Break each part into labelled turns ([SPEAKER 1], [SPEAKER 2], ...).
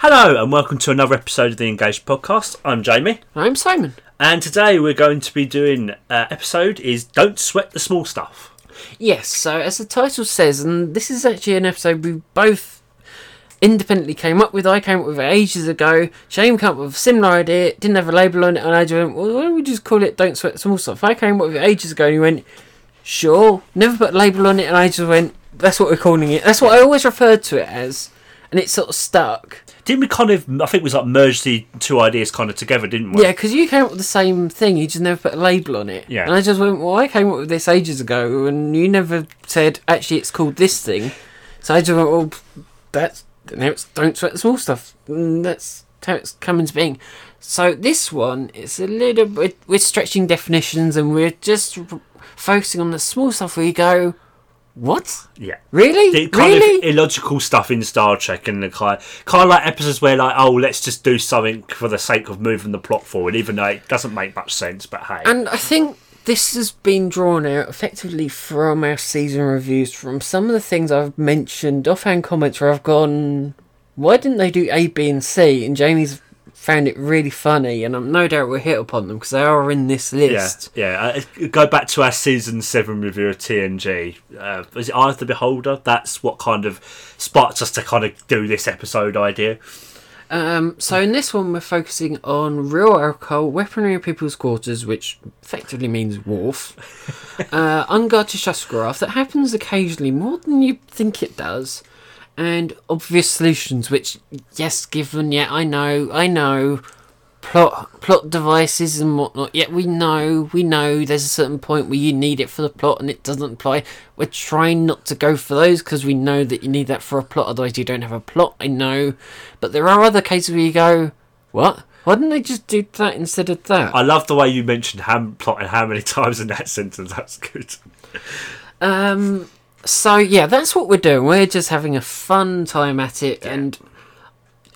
[SPEAKER 1] Hello, and welcome to another episode of the Engaged Podcast. I'm Jamie,
[SPEAKER 2] I'm Simon.
[SPEAKER 1] and today we're going to be doing uh, episode is "Don't Sweat the Small Stuff."
[SPEAKER 2] Yes, so as the title says, and this is actually an episode we both independently came up with. I came up with it ages ago. Shane came up with a similar idea, didn't have a label on it, and I just went, well, why don't we just call it Don't Sweat the Small Stuff? I came up with it ages ago, and he went, sure, never put a label on it, and I just went, that's what we're calling it. That's what I always referred to it as, and it sort of stuck.
[SPEAKER 1] Didn't we kind of? I think we like merged the two ideas kind of together, didn't we?
[SPEAKER 2] Yeah, because you came up with the same thing, you just never put a label on it.
[SPEAKER 1] Yeah.
[SPEAKER 2] And I just went, well, I came up with this ages ago, and you never said, actually, it's called this thing. So I just went, well, that's, now it's don't sweat the small stuff. And that's how it's come into being. So this one, it's a little bit, we're stretching definitions and we're just r- focusing on the small stuff where you go, what?
[SPEAKER 1] yeah.
[SPEAKER 2] Really?
[SPEAKER 1] The kind
[SPEAKER 2] really?
[SPEAKER 1] of illogical stuff in Star Trek, and the kind kind of like episodes where like, oh, let's just do something for the sake of moving the plot forward, even though it doesn't make much sense. But hey,
[SPEAKER 2] And I think this has been drawn out effectively from our season reviews, from some of the things I've mentioned, offhand comments where I've gone, why didn't they do A, B, and C? And Jamie's found it really funny, and I'm no doubt we'll hit upon them because they are in this
[SPEAKER 1] yeah,
[SPEAKER 2] list.
[SPEAKER 1] yeah. Uh, go back to our season seven review of TNG. Uh, is it Eye of the Beholder? That's what kind of sparked us to kind of do this episode idea.
[SPEAKER 2] Um, so in this one, we're focusing on real alcohol, weaponry of people's quarters, which effectively means wharf, uh, unguarded shuttlecraft that happens occasionally more than you think it does, and obvious solutions, which yes, given yeah, I know, I know, plot plot devices and whatnot. Yet we know, we know there's a certain point where you need it for the plot and it doesn't apply. We're trying not to go for those because we know that you need that for a plot, otherwise you don't have a plot. I know, but there are other cases where you go, what? Why didn't they just do that instead of that?
[SPEAKER 1] I love the way you mentioned ham plot and how many times in that sentence. That's good.
[SPEAKER 2] Um. So yeah, that's what we're doing. We're just having a fun time at it, and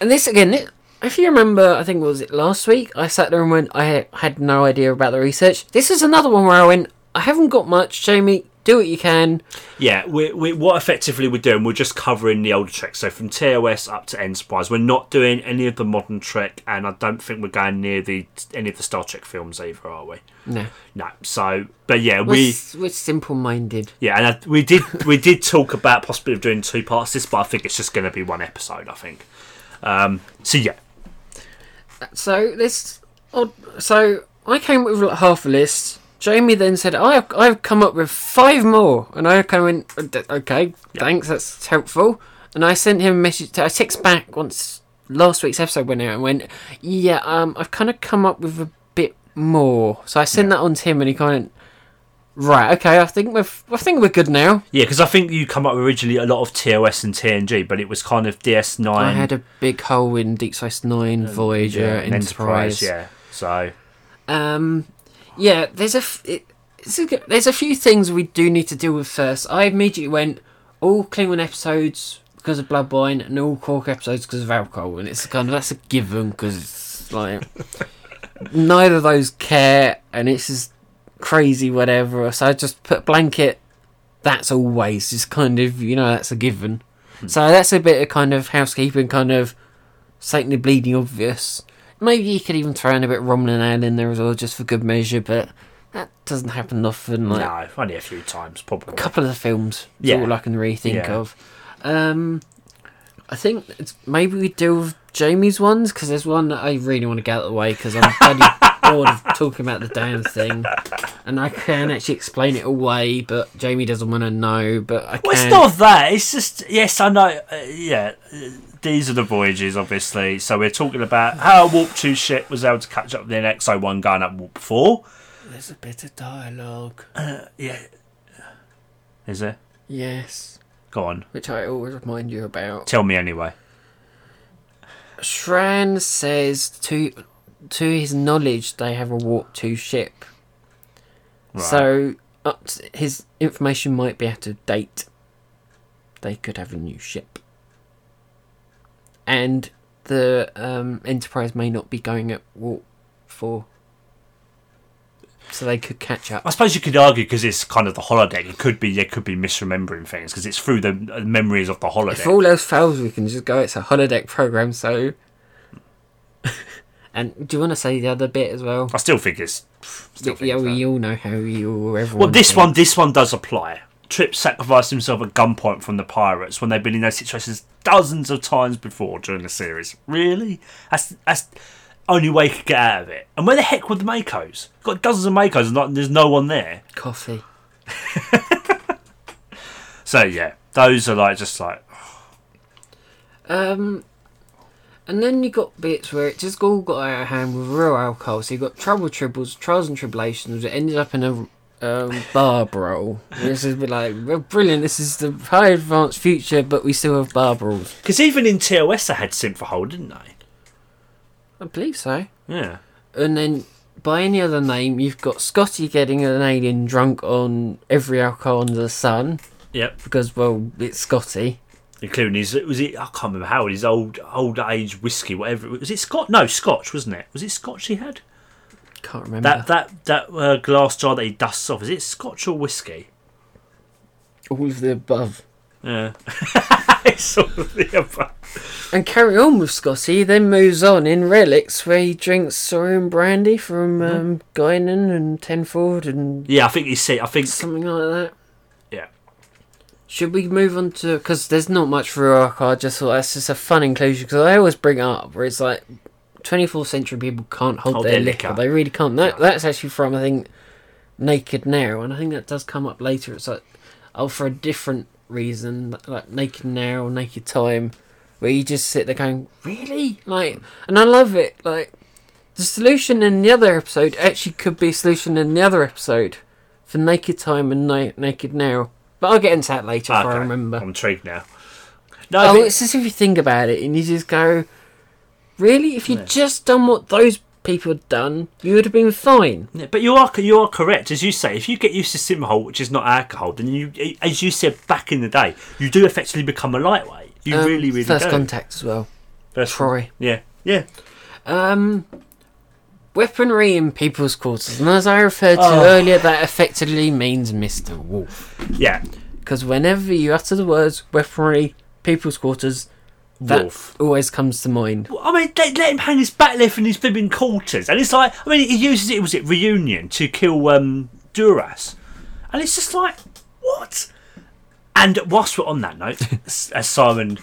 [SPEAKER 2] and this again. It, if you remember, I think was it last week? I sat there and went, I ha- had no idea about the research. This is another one where I went, I haven't got much. Jamie, do what you can.
[SPEAKER 1] Yeah, we, we, what effectively we're doing, we're just covering the older Trek. So from TOS up to Enterprise, we're not doing any of the modern Trek, and I don't think we're going near the any of the Star Trek films either, are we?
[SPEAKER 2] No,
[SPEAKER 1] No. So, but yeah,
[SPEAKER 2] we're,
[SPEAKER 1] we
[SPEAKER 2] s- we're simple-minded.
[SPEAKER 1] yeah, and I, we did we did talk about possibly doing two parts of this, but I think it's just going to be one episode. I think. Um, so yeah,
[SPEAKER 2] So this odd. So I came up with like half a list. Jamie then said, "I've I've come up with five more," and I kind of went, "Uh, d- "Okay, thanks, that's helpful." And I sent him a message. To, I text back once last week's episode went out and went, "Yeah, um, I've kind of come up with a bit more." So I sent that on to him, and he kind of, "Right, okay, I think we're f- I think we're good now."
[SPEAKER 1] yeah, because I think you come up originally a lot of TOS and TNG, but it was kind of DS Nine.
[SPEAKER 2] I had a big hole in Deep Space Nine, Voyager,
[SPEAKER 1] and
[SPEAKER 2] Enterprise.
[SPEAKER 1] yeah. So
[SPEAKER 2] Um, yeah, there's a f- it, it's a, g- there's a few things we do need to deal with first. I immediately went all Klingon episodes because of Bloodwine and all Cork episodes because of alcohol, and it's kind of that's a given because it's like neither of those care, and it's just crazy whatever. So I just put blanket. That's always just kind of you know that's a given. So that's a bit of kind of housekeeping, kind of certainly bleeding obvious. Maybe you could even throw in a bit of Romulan ale in there as well, just for good measure, but that doesn't happen often. Like
[SPEAKER 1] no, only a few times probably.
[SPEAKER 2] a couple of the films, is
[SPEAKER 1] Yeah.
[SPEAKER 2] all I can really think
[SPEAKER 1] Yeah.
[SPEAKER 2] of. Um, I think it's, maybe we deal with Jamie's ones because there's one that I really want to get out of the way because I'm bloody bored of talking about the damn thing, and I can actually explain it away, but Jamie doesn't want to know. But I
[SPEAKER 1] Well,
[SPEAKER 2] can.
[SPEAKER 1] it's not that. It's just yes, I know. Uh, yeah, uh, these are the voyages, obviously. So we're talking about how a Warp Two ship was able to catch up with an XO One going up Warp Four.
[SPEAKER 2] There's a bit of dialogue.
[SPEAKER 1] Yeah, is there?
[SPEAKER 2] Yes,
[SPEAKER 1] Go on,
[SPEAKER 2] which I always remind you about.
[SPEAKER 1] tell me anyway.
[SPEAKER 2] Shran says to to his knowledge they have a warp two ship.
[SPEAKER 1] Right.
[SPEAKER 2] So up to, his information might be out of date. They could have a new ship. And the um, Enterprise may not be going at warp four. so they could catch up.
[SPEAKER 1] I suppose you could argue because it's kind of the holodeck. It could be they could be misremembering things because it's through the uh, memories of the
[SPEAKER 2] If
[SPEAKER 1] holodeck.
[SPEAKER 2] all else fails, we can just go. It's a holodeck program, so. and do you want to say the other bit as well?
[SPEAKER 1] I still think it's. pff, Still think
[SPEAKER 2] yeah,
[SPEAKER 1] it's that.
[SPEAKER 2] we all know how you. Everyone.
[SPEAKER 1] Well, this
[SPEAKER 2] thinks.
[SPEAKER 1] one, this one does apply. Tripp sacrificed himself at gunpoint from the pirates when they've been in those situations dozens of times before during the series. Really? That's that's the only way he could get out of it. And where the heck were the Makos? Got dozens of Makos and not, there's no one there.
[SPEAKER 2] coffee.
[SPEAKER 1] So yeah, those are like just like
[SPEAKER 2] Um, and then you got bits where it just all got out of hand with real alcohol. So you got trouble, tribbles, trials and tribulations. It ended up in a um, bar brawl. This is a bit like well, brilliant. This is the high advanced future, but we still have bar brawls.
[SPEAKER 1] because even in TOS they had Synthohole, didn't they?
[SPEAKER 2] I believe so.
[SPEAKER 1] Yeah.
[SPEAKER 2] And then by any other name, you've got Scotty getting an alien drunk on every alcohol under the sun
[SPEAKER 1] Yep.
[SPEAKER 2] because well, it's Scotty.
[SPEAKER 1] Including his was it I can't remember how his old old age whiskey whatever it was. was it Scotch? No, Scotch wasn't it? Was it Scotch he had?
[SPEAKER 2] Can't remember.
[SPEAKER 1] That that that uh, glass jar that he dusts off is it Scotch or whiskey?
[SPEAKER 2] all of the above.
[SPEAKER 1] Yeah, it's all of the above.
[SPEAKER 2] And carry on with Scotty, then moves on in Relics, where he drinks Saurian brandy from um, Guinan and Tenford and
[SPEAKER 1] Yeah, I think you see. I think
[SPEAKER 2] something like that.
[SPEAKER 1] yeah.
[SPEAKER 2] Should we move on to. Because there's not much for Iraq, I just thought that's just a fun inclusion, because I always bring it up where it's like 24th century people can't hold,
[SPEAKER 1] Hold
[SPEAKER 2] their,
[SPEAKER 1] their
[SPEAKER 2] liquor.
[SPEAKER 1] liquor.
[SPEAKER 2] They really can't. That, That's actually from, I think, Naked Now, and I think that does come up later. It's like, oh, for a different reason, like Naked Now, Naked Time, where you just sit there going, really? Like, and I love it. Like, the solution in the other episode actually could be a solution in the other episode for Naked Time and Na- Naked Now. But I'll get into that later if I
[SPEAKER 1] Okay,
[SPEAKER 2] remember.
[SPEAKER 1] I'm intrigued now. No, I
[SPEAKER 2] Oh,
[SPEAKER 1] think-
[SPEAKER 2] it's just if you think about it, and you just go, really? If you'd just done what those people had done, you would have been fine.
[SPEAKER 1] yeah, but you are you are correct as you say. If you get used to simhole, which is not alcohol, then you, as you said back in the day, you do effectively become a lightweight. You
[SPEAKER 2] Um,
[SPEAKER 1] really, really
[SPEAKER 2] First
[SPEAKER 1] do.
[SPEAKER 2] contact as well.
[SPEAKER 1] First-
[SPEAKER 2] Troy.
[SPEAKER 1] Yeah, yeah.
[SPEAKER 2] Um, weaponry in people's quarters, and as I referred to
[SPEAKER 1] Oh.
[SPEAKER 2] earlier, that effectively means Mr. Wolf.
[SPEAKER 1] Yeah,
[SPEAKER 2] Because whenever you utter the words weaponry, people's quarters, that
[SPEAKER 1] Wolf.
[SPEAKER 2] always comes to mind.
[SPEAKER 1] Well, I mean, let, let him hang his backlift in his bibbing quarters, and it's like, I mean, he uses it. Was it reunion to kill um, Duras? And it's just like, what? And whilst we're on that note, s- as Simon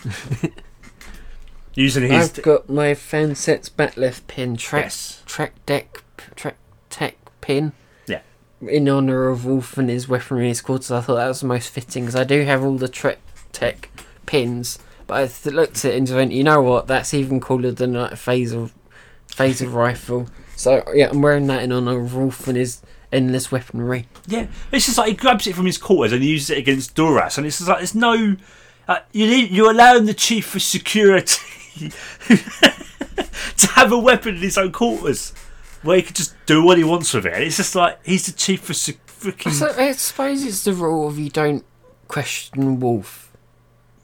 [SPEAKER 1] using his,
[SPEAKER 2] I've got my fan sets back left pin, track,
[SPEAKER 1] Yes.
[SPEAKER 2] track deck, p- track tech pin.
[SPEAKER 1] yeah,
[SPEAKER 2] in honor of Wolf and his weaponry and his quarters, I thought that was the most fitting because I do have all the Trek Tech pins, but I th- looked at it and just went, you know what? That's even cooler than like, a phaser, phaser rifle. So yeah, I'm wearing that in honor of Wolf and his endless weaponry.
[SPEAKER 1] yeah. It's just like he grabs it from his quarters and he uses it against Duras, and it's just like there's no. Uh, you need, you're allowing the chief of security to have a weapon in his own quarters, where he can just do what he wants with it. And it's just like he's the chief of sec- freaking.
[SPEAKER 2] So I suppose it's the rule of you don't question Wolf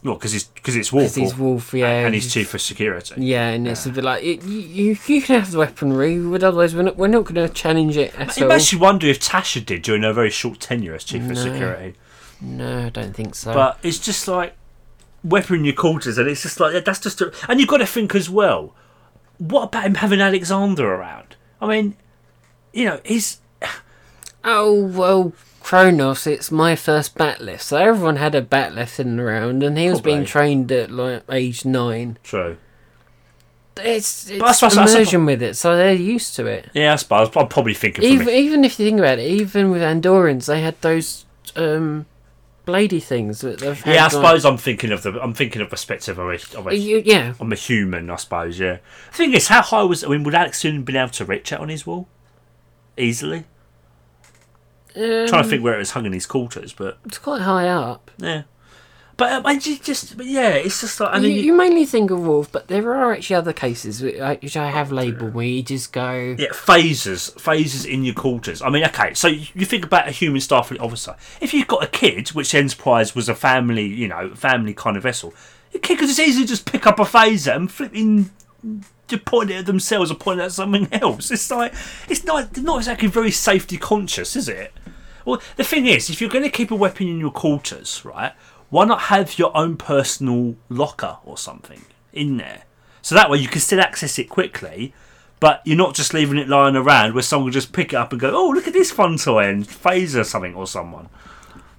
[SPEAKER 1] Well, because he's because it's
[SPEAKER 2] because
[SPEAKER 1] Wolf,
[SPEAKER 2] he's Wolf, yeah,
[SPEAKER 1] and he's chief of security.
[SPEAKER 2] Yeah, and it's a bit like it, you, you, you can have the weaponry, but otherwise we're not, we're not going to challenge it at
[SPEAKER 1] It
[SPEAKER 2] all.
[SPEAKER 1] makes you wonder if Tasha did during her very short tenure as chief of security.
[SPEAKER 2] No, I don't think so.
[SPEAKER 1] But it's just like weapon in your quarters, and it's just like that's just. A, and you've got to think as well. What about him having Alexander around? I mean, you know, he's
[SPEAKER 2] Oh well, Kronos, it's my first bat lift. So everyone had a bat lift in the round, and he was being
[SPEAKER 1] Probably.
[SPEAKER 2] trained at like age nine.
[SPEAKER 1] true.
[SPEAKER 2] It's, it's
[SPEAKER 1] that's- that's- that's-
[SPEAKER 2] immersion with it, so they're used to it.
[SPEAKER 1] Yeah, I suppose I'm probably thinking from
[SPEAKER 2] Even
[SPEAKER 1] me.
[SPEAKER 2] even if you think about it, even with Andorans, they had those um, bladey things that they've had.
[SPEAKER 1] Yeah, I
[SPEAKER 2] like-
[SPEAKER 1] suppose I'm thinking of the I'm thinking of perspective of a, of a
[SPEAKER 2] You- yeah,
[SPEAKER 1] I'm a human, I suppose. Yeah. The thing is, how high was? I mean, would Alex soon have been able to reach it on his wall easily?
[SPEAKER 2] Um,
[SPEAKER 1] Trying to think where it was hung in his quarters, but
[SPEAKER 2] uh, it's quite high up.
[SPEAKER 1] yeah. But um, I ju- just, but yeah, it's just like I mean,
[SPEAKER 2] you, you mainly think of Wolf, but there are actually other cases which I, which I have labelled where you just go.
[SPEAKER 1] yeah, phases, phases in your quarters. I mean, okay, so you you think about a human Starfleet officer. If you've got a kid, which the Enterprise was a family, you know, family kind of vessel, your kid could just easily just pick up a phaser and flipping to point it at themselves or point it at something else. It's like it's not not exactly very safety conscious, is it? Well, the thing is, if you're going to keep a weapon in your quarters, right? Why not have your own personal locker or something in there? So that way you can still access it quickly, but you're not just leaving it lying around where someone will just pick it up and go, "Oh, look at this fun toy," and phaser something or someone.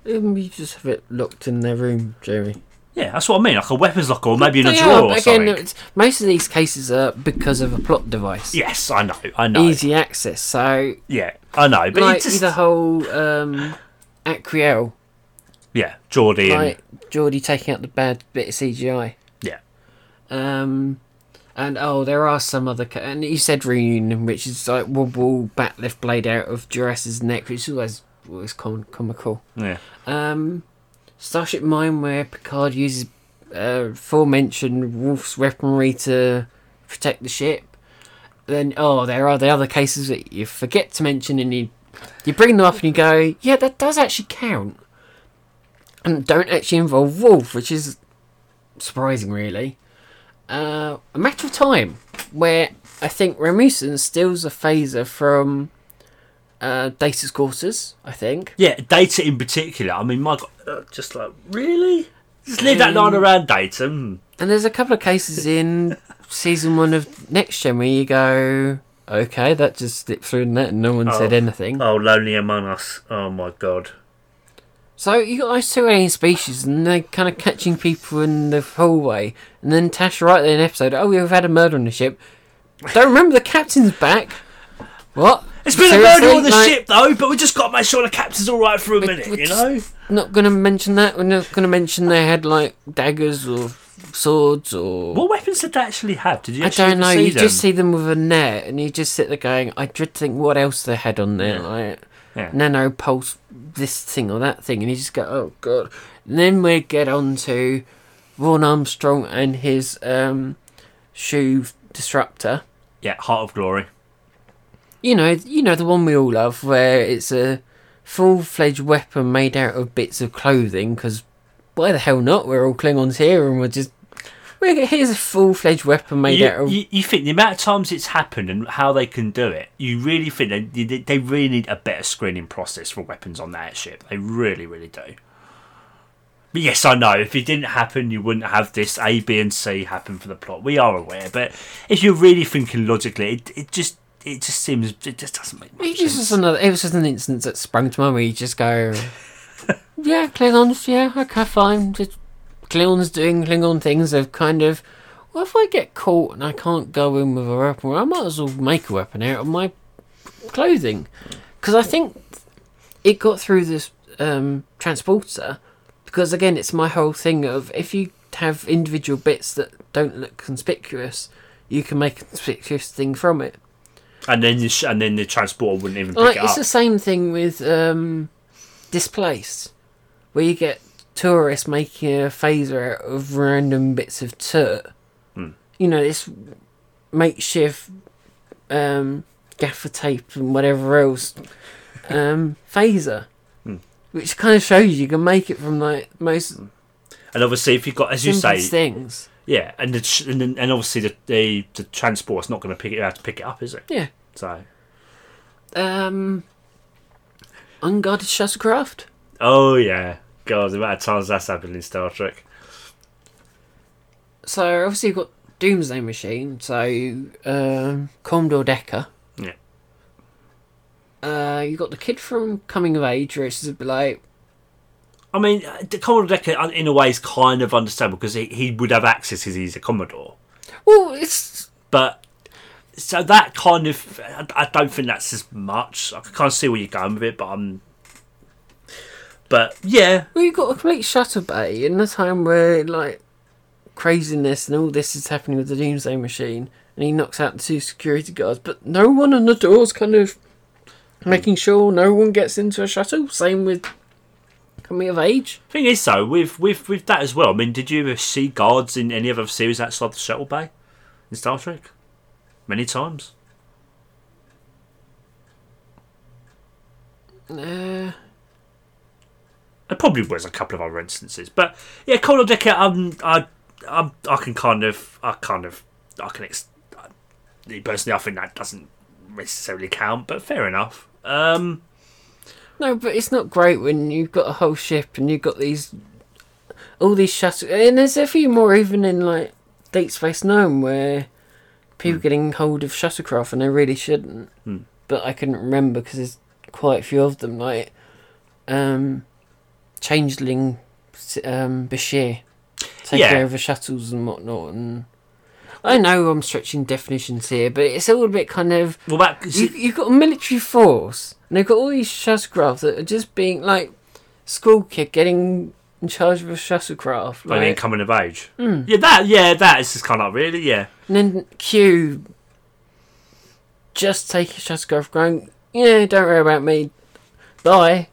[SPEAKER 2] Um, you just have it locked in their room, Jerry.
[SPEAKER 1] Yeah, that's what I mean. Like a weapons locker, or maybe in a
[SPEAKER 2] They
[SPEAKER 1] drawer
[SPEAKER 2] are,
[SPEAKER 1] or
[SPEAKER 2] but
[SPEAKER 1] something.
[SPEAKER 2] again, it's, most of these cases are because of a plot device.
[SPEAKER 1] Yes, I know, I know.
[SPEAKER 2] Easy access. So,
[SPEAKER 1] Yeah, I know. But
[SPEAKER 2] like
[SPEAKER 1] it just
[SPEAKER 2] the whole um, Acriel,
[SPEAKER 1] yeah, Geordie and
[SPEAKER 2] like Geordie taking out the bad bit of CGI.
[SPEAKER 1] yeah,
[SPEAKER 2] Um, and oh, there are some other. Ca- and you said reunion, which is like wobble back left blade out of Jurassic's neck, which is always always com- comical.
[SPEAKER 1] yeah.
[SPEAKER 2] Um, Starship Mine, where Picard uses uh, aforementioned Wolf's weaponry to protect the ship. Then oh, there are the other cases that you forget to mention, and you you bring them up and you go, yeah, that does actually count, and don't actually involve Wolf, which is surprising, really. Uh, a matter of time, where I think Remusan steals a phaser from uh, Data's quarters. I think.
[SPEAKER 1] Yeah, data in particular. I mean, my God, uh, just like really, just leave that line
[SPEAKER 2] Um,
[SPEAKER 1] around data. Mm.
[SPEAKER 2] And there's a couple of cases in season one of Next Gen where you go, okay, that just slipped through the net and no one said
[SPEAKER 1] Oh.
[SPEAKER 2] anything.
[SPEAKER 1] Oh, lonely among us. Oh my God.
[SPEAKER 2] So you got those two alien species and they're kind of catching people in the hallway. And then Tasha, right there in the episode, oh, we've had a murder on the ship. Don't remember the captain's back. What?
[SPEAKER 1] It's been a
[SPEAKER 2] Seriously?
[SPEAKER 1] murder on the
[SPEAKER 2] Like,
[SPEAKER 1] ship though, but we just got to make sure the captain's all right for a
[SPEAKER 2] We-
[SPEAKER 1] minute.
[SPEAKER 2] we
[SPEAKER 1] you
[SPEAKER 2] just-
[SPEAKER 1] know.
[SPEAKER 2] Not going to mention that. We're not going to mention they had like daggers or swords or.
[SPEAKER 1] What weapons did they actually have? Did you?
[SPEAKER 2] I
[SPEAKER 1] actually
[SPEAKER 2] don't know.
[SPEAKER 1] See
[SPEAKER 2] You
[SPEAKER 1] them?
[SPEAKER 2] just see them with a net, and you just sit there going, "I dread to think what else they had on there,
[SPEAKER 1] Yeah.
[SPEAKER 2] like
[SPEAKER 1] Yeah.
[SPEAKER 2] nano pulse, this thing or that thing," and you just go, "Oh god." And then we get on to Ron Armstrong and his um, shoe disruptor.
[SPEAKER 1] Yeah, Heart of Glory.
[SPEAKER 2] You know, you know the one we all love, where it's a full-fledged weapon made out of bits of clothing. Because why the hell not? We're all Klingons here, and we're just. we're- Here's a full-fledged weapon made out
[SPEAKER 1] You,
[SPEAKER 2] of
[SPEAKER 1] you, you think the amount of times it's happened and how they can do it, you really think they, they, they really need a better screening process for weapons on that ship. They really, really do. But yes, I know, if it didn't happen, you wouldn't have this A, B, and C happen for the plot. We are aware, but if you're really thinking logically, it, it just it just seems it just doesn't make much
[SPEAKER 2] It was
[SPEAKER 1] sense.
[SPEAKER 2] just another. It was just an instance that sprung to mind where you just go, "Yeah, Klingons. Yeah, okay, fine. Just Klingons doing Klingon things. They've kind of. Well, if I get caught and I can't go in with a weapon, well, I might as well make a weapon out of my clothing, because I think it got through this um, transporter. Because again, it's my whole thing of if you have individual bits that don't look conspicuous, you can make a conspicuous thing from it.
[SPEAKER 1] And then the sh- and then the transporter wouldn't even pick
[SPEAKER 2] Like,
[SPEAKER 1] it
[SPEAKER 2] it's
[SPEAKER 1] up.
[SPEAKER 2] the same thing with um, Displaced, where you get tourists making a phaser out of random bits of dirt.
[SPEAKER 1] Hmm.
[SPEAKER 2] You know, this makeshift um, gaffer tape and whatever else um, phaser.
[SPEAKER 1] Hmm.
[SPEAKER 2] Which kind of shows you can make it from like most
[SPEAKER 1] And obviously, if you've got, as Hmm. you
[SPEAKER 2] simple
[SPEAKER 1] say,
[SPEAKER 2] things.
[SPEAKER 1] yeah, and the sh- and, then- and obviously the the, the transporter's not going to pick it out to pick it up, is it?
[SPEAKER 2] Yeah.
[SPEAKER 1] So
[SPEAKER 2] Um, unguarded shuttlecraft.
[SPEAKER 1] Oh yeah, God, the amount of times that's happened in Star Trek.
[SPEAKER 2] So obviously you've got Doomsday Machine, so um, Commodore Decker.
[SPEAKER 1] Yeah.
[SPEAKER 2] Uh, you got the kid from Coming of Age, which is a bit like
[SPEAKER 1] I mean, uh, the Commodore Decker, uh, in a way, is kind of understandable because he, he would have access because he's a Commodore.
[SPEAKER 2] well, it's
[SPEAKER 1] But so that kind of, I, I don't think that's as much. I can't see where you're going with it, but I'm. But yeah,
[SPEAKER 2] well, you've got a complete shutter bay in the time where like craziness and all this is happening with the Doomsday Machine, and he knocks out the two security guards, but no one on the doors, kind of making sure no one gets into a shuttle. Same with Coming of Age.
[SPEAKER 1] thing is though, with with with that as well. I mean, did you ever see guards in any other series outside the shuttle bay in Star Trek? Many times.
[SPEAKER 2] Uh,
[SPEAKER 1] There probably was a couple of other instances, but yeah, Cold Decker. Um, I, I, I can kind of, I kind of, I can ex- me personally, I think that doesn't necessarily count, but fair enough. Um,
[SPEAKER 2] No, but it's not great when you've got a whole ship and you've got these, all these shuttles. And there's a few more even in like Deep Space Nine where people getting hold of shuttlecraft and they really shouldn't. But I couldn't remember because there's quite a few of them. Like, um, Changeling, s- um, Bashir taking
[SPEAKER 1] Yeah.
[SPEAKER 2] over shuttles and whatnot. And I know I'm stretching definitions here, but it's all a bit kind of
[SPEAKER 1] well, that
[SPEAKER 2] you, you've got a military force, and they've got all these shuttlecraft that are just being like school kid getting in charge of a shuttlecraft,
[SPEAKER 1] But I mean,
[SPEAKER 2] like,
[SPEAKER 1] coming of age. Yeah, that. Yeah, that is just kind of really. Yeah,
[SPEAKER 2] and then Q just take a shuttlecraft, going, yeah, don't worry about me, bye.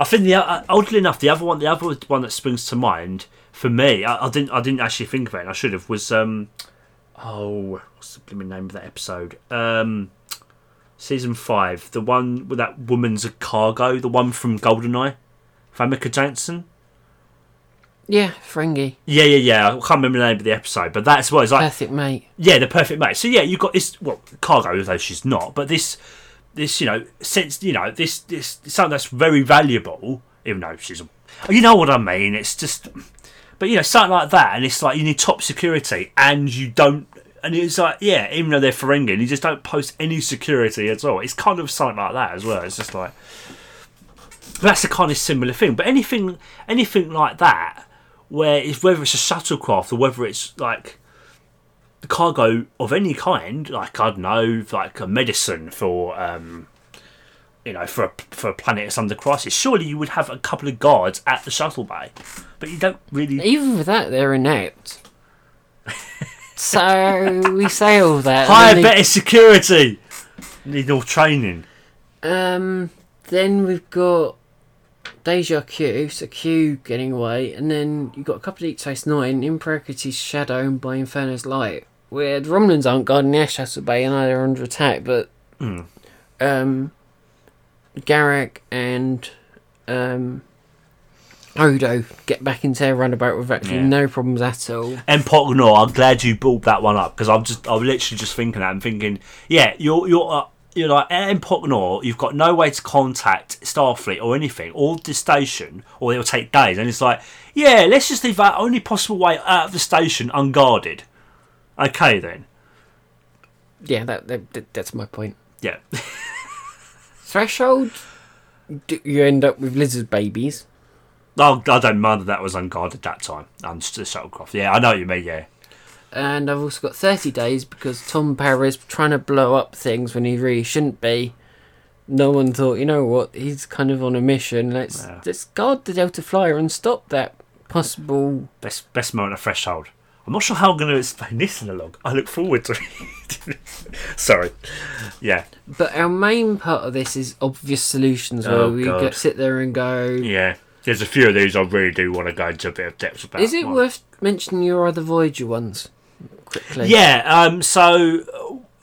[SPEAKER 1] I think the uh, oddly enough, the other one, the other one that springs to mind for me, I, I didn't, I didn't actually think of it, and I should have. Was um, oh, what's the blooming name of that episode? Um, season five, the one with that woman's a cargo, the one from Goldeneye, Famika Jansen.
[SPEAKER 2] Yeah, Ferengi,
[SPEAKER 1] Yeah, yeah, yeah. I can't remember the name of the episode, but that's what it's like.
[SPEAKER 2] perfect mate.
[SPEAKER 1] Yeah, the perfect match. So yeah, you've got this. Well, cargo though she's not, but this, this you know, since you know this this something that's very valuable. Even though she's, a, you know what I mean. It's just, but you know something like that, and it's like you need top security, and you don't. And it's like, yeah, even though they're Ferengi, you just don't post any security at all. It's kind of something like that as well. It's just like that's the kind of similar thing. But anything, anything like that, where it's whether it's a shuttlecraft or whether it's like cargo of any kind, like I don't know, like a medicine for, um, you know, for a, for a planet that's under crisis. Surely you would have a couple of guards at the shuttle bay, but you don't really.
[SPEAKER 2] Even with that, they're inept. so we say all that. and
[SPEAKER 1] Hire
[SPEAKER 2] then
[SPEAKER 1] better security. Need more training.
[SPEAKER 2] Um, then we've got Deja Q, so Q getting away, and then you've got a couple of Deep Space Nine, Imperative's Shadow, and by Inferno's Light, where the Romulans aren't guarding the Air Shuttle Bay and they're under attack, but um, Garak and um, Odo get back into their runabout with actually
[SPEAKER 1] Yeah.
[SPEAKER 2] no problems at all.
[SPEAKER 1] And Pognor, I'm glad you brought that one up because I'm just, I'm literally just thinking that and thinking, yeah, you're, you're, uh, you're like in Pognor, you've got no way to contact Starfleet or anything, or the station, or it'll take days. And it's like, yeah, let's just leave our only possible way out of the station unguarded. Okay then,
[SPEAKER 2] Yeah, that, that, that that's my point.
[SPEAKER 1] yeah,
[SPEAKER 2] Threshold, d- you end up with lizard babies.
[SPEAKER 1] I, I don't mind that that was unguarded that time. And the shuttlecraft, yeah, I know what you mean, yeah.
[SPEAKER 2] and I've also got 30 days because Tom Paris trying to blow up things when he really shouldn't be. No one thought, you know what, he's kind of on a mission. Let's
[SPEAKER 1] Yeah.
[SPEAKER 2] let's guard the Delta Flyer and stop that possible.
[SPEAKER 1] Best best moment of threshold. I'm not sure how I'm going to explain this in the log. I look forward to it. Sorry, yeah.
[SPEAKER 2] But our main part of this is obvious solutions where
[SPEAKER 1] Oh,
[SPEAKER 2] we
[SPEAKER 1] God.
[SPEAKER 2] get, sit there and go,
[SPEAKER 1] Yeah, there's a few of these I really do want to go into a bit of depth about.
[SPEAKER 2] is it
[SPEAKER 1] One-
[SPEAKER 2] worth mentioning your other Voyager ones quickly?
[SPEAKER 1] Yeah. Um. So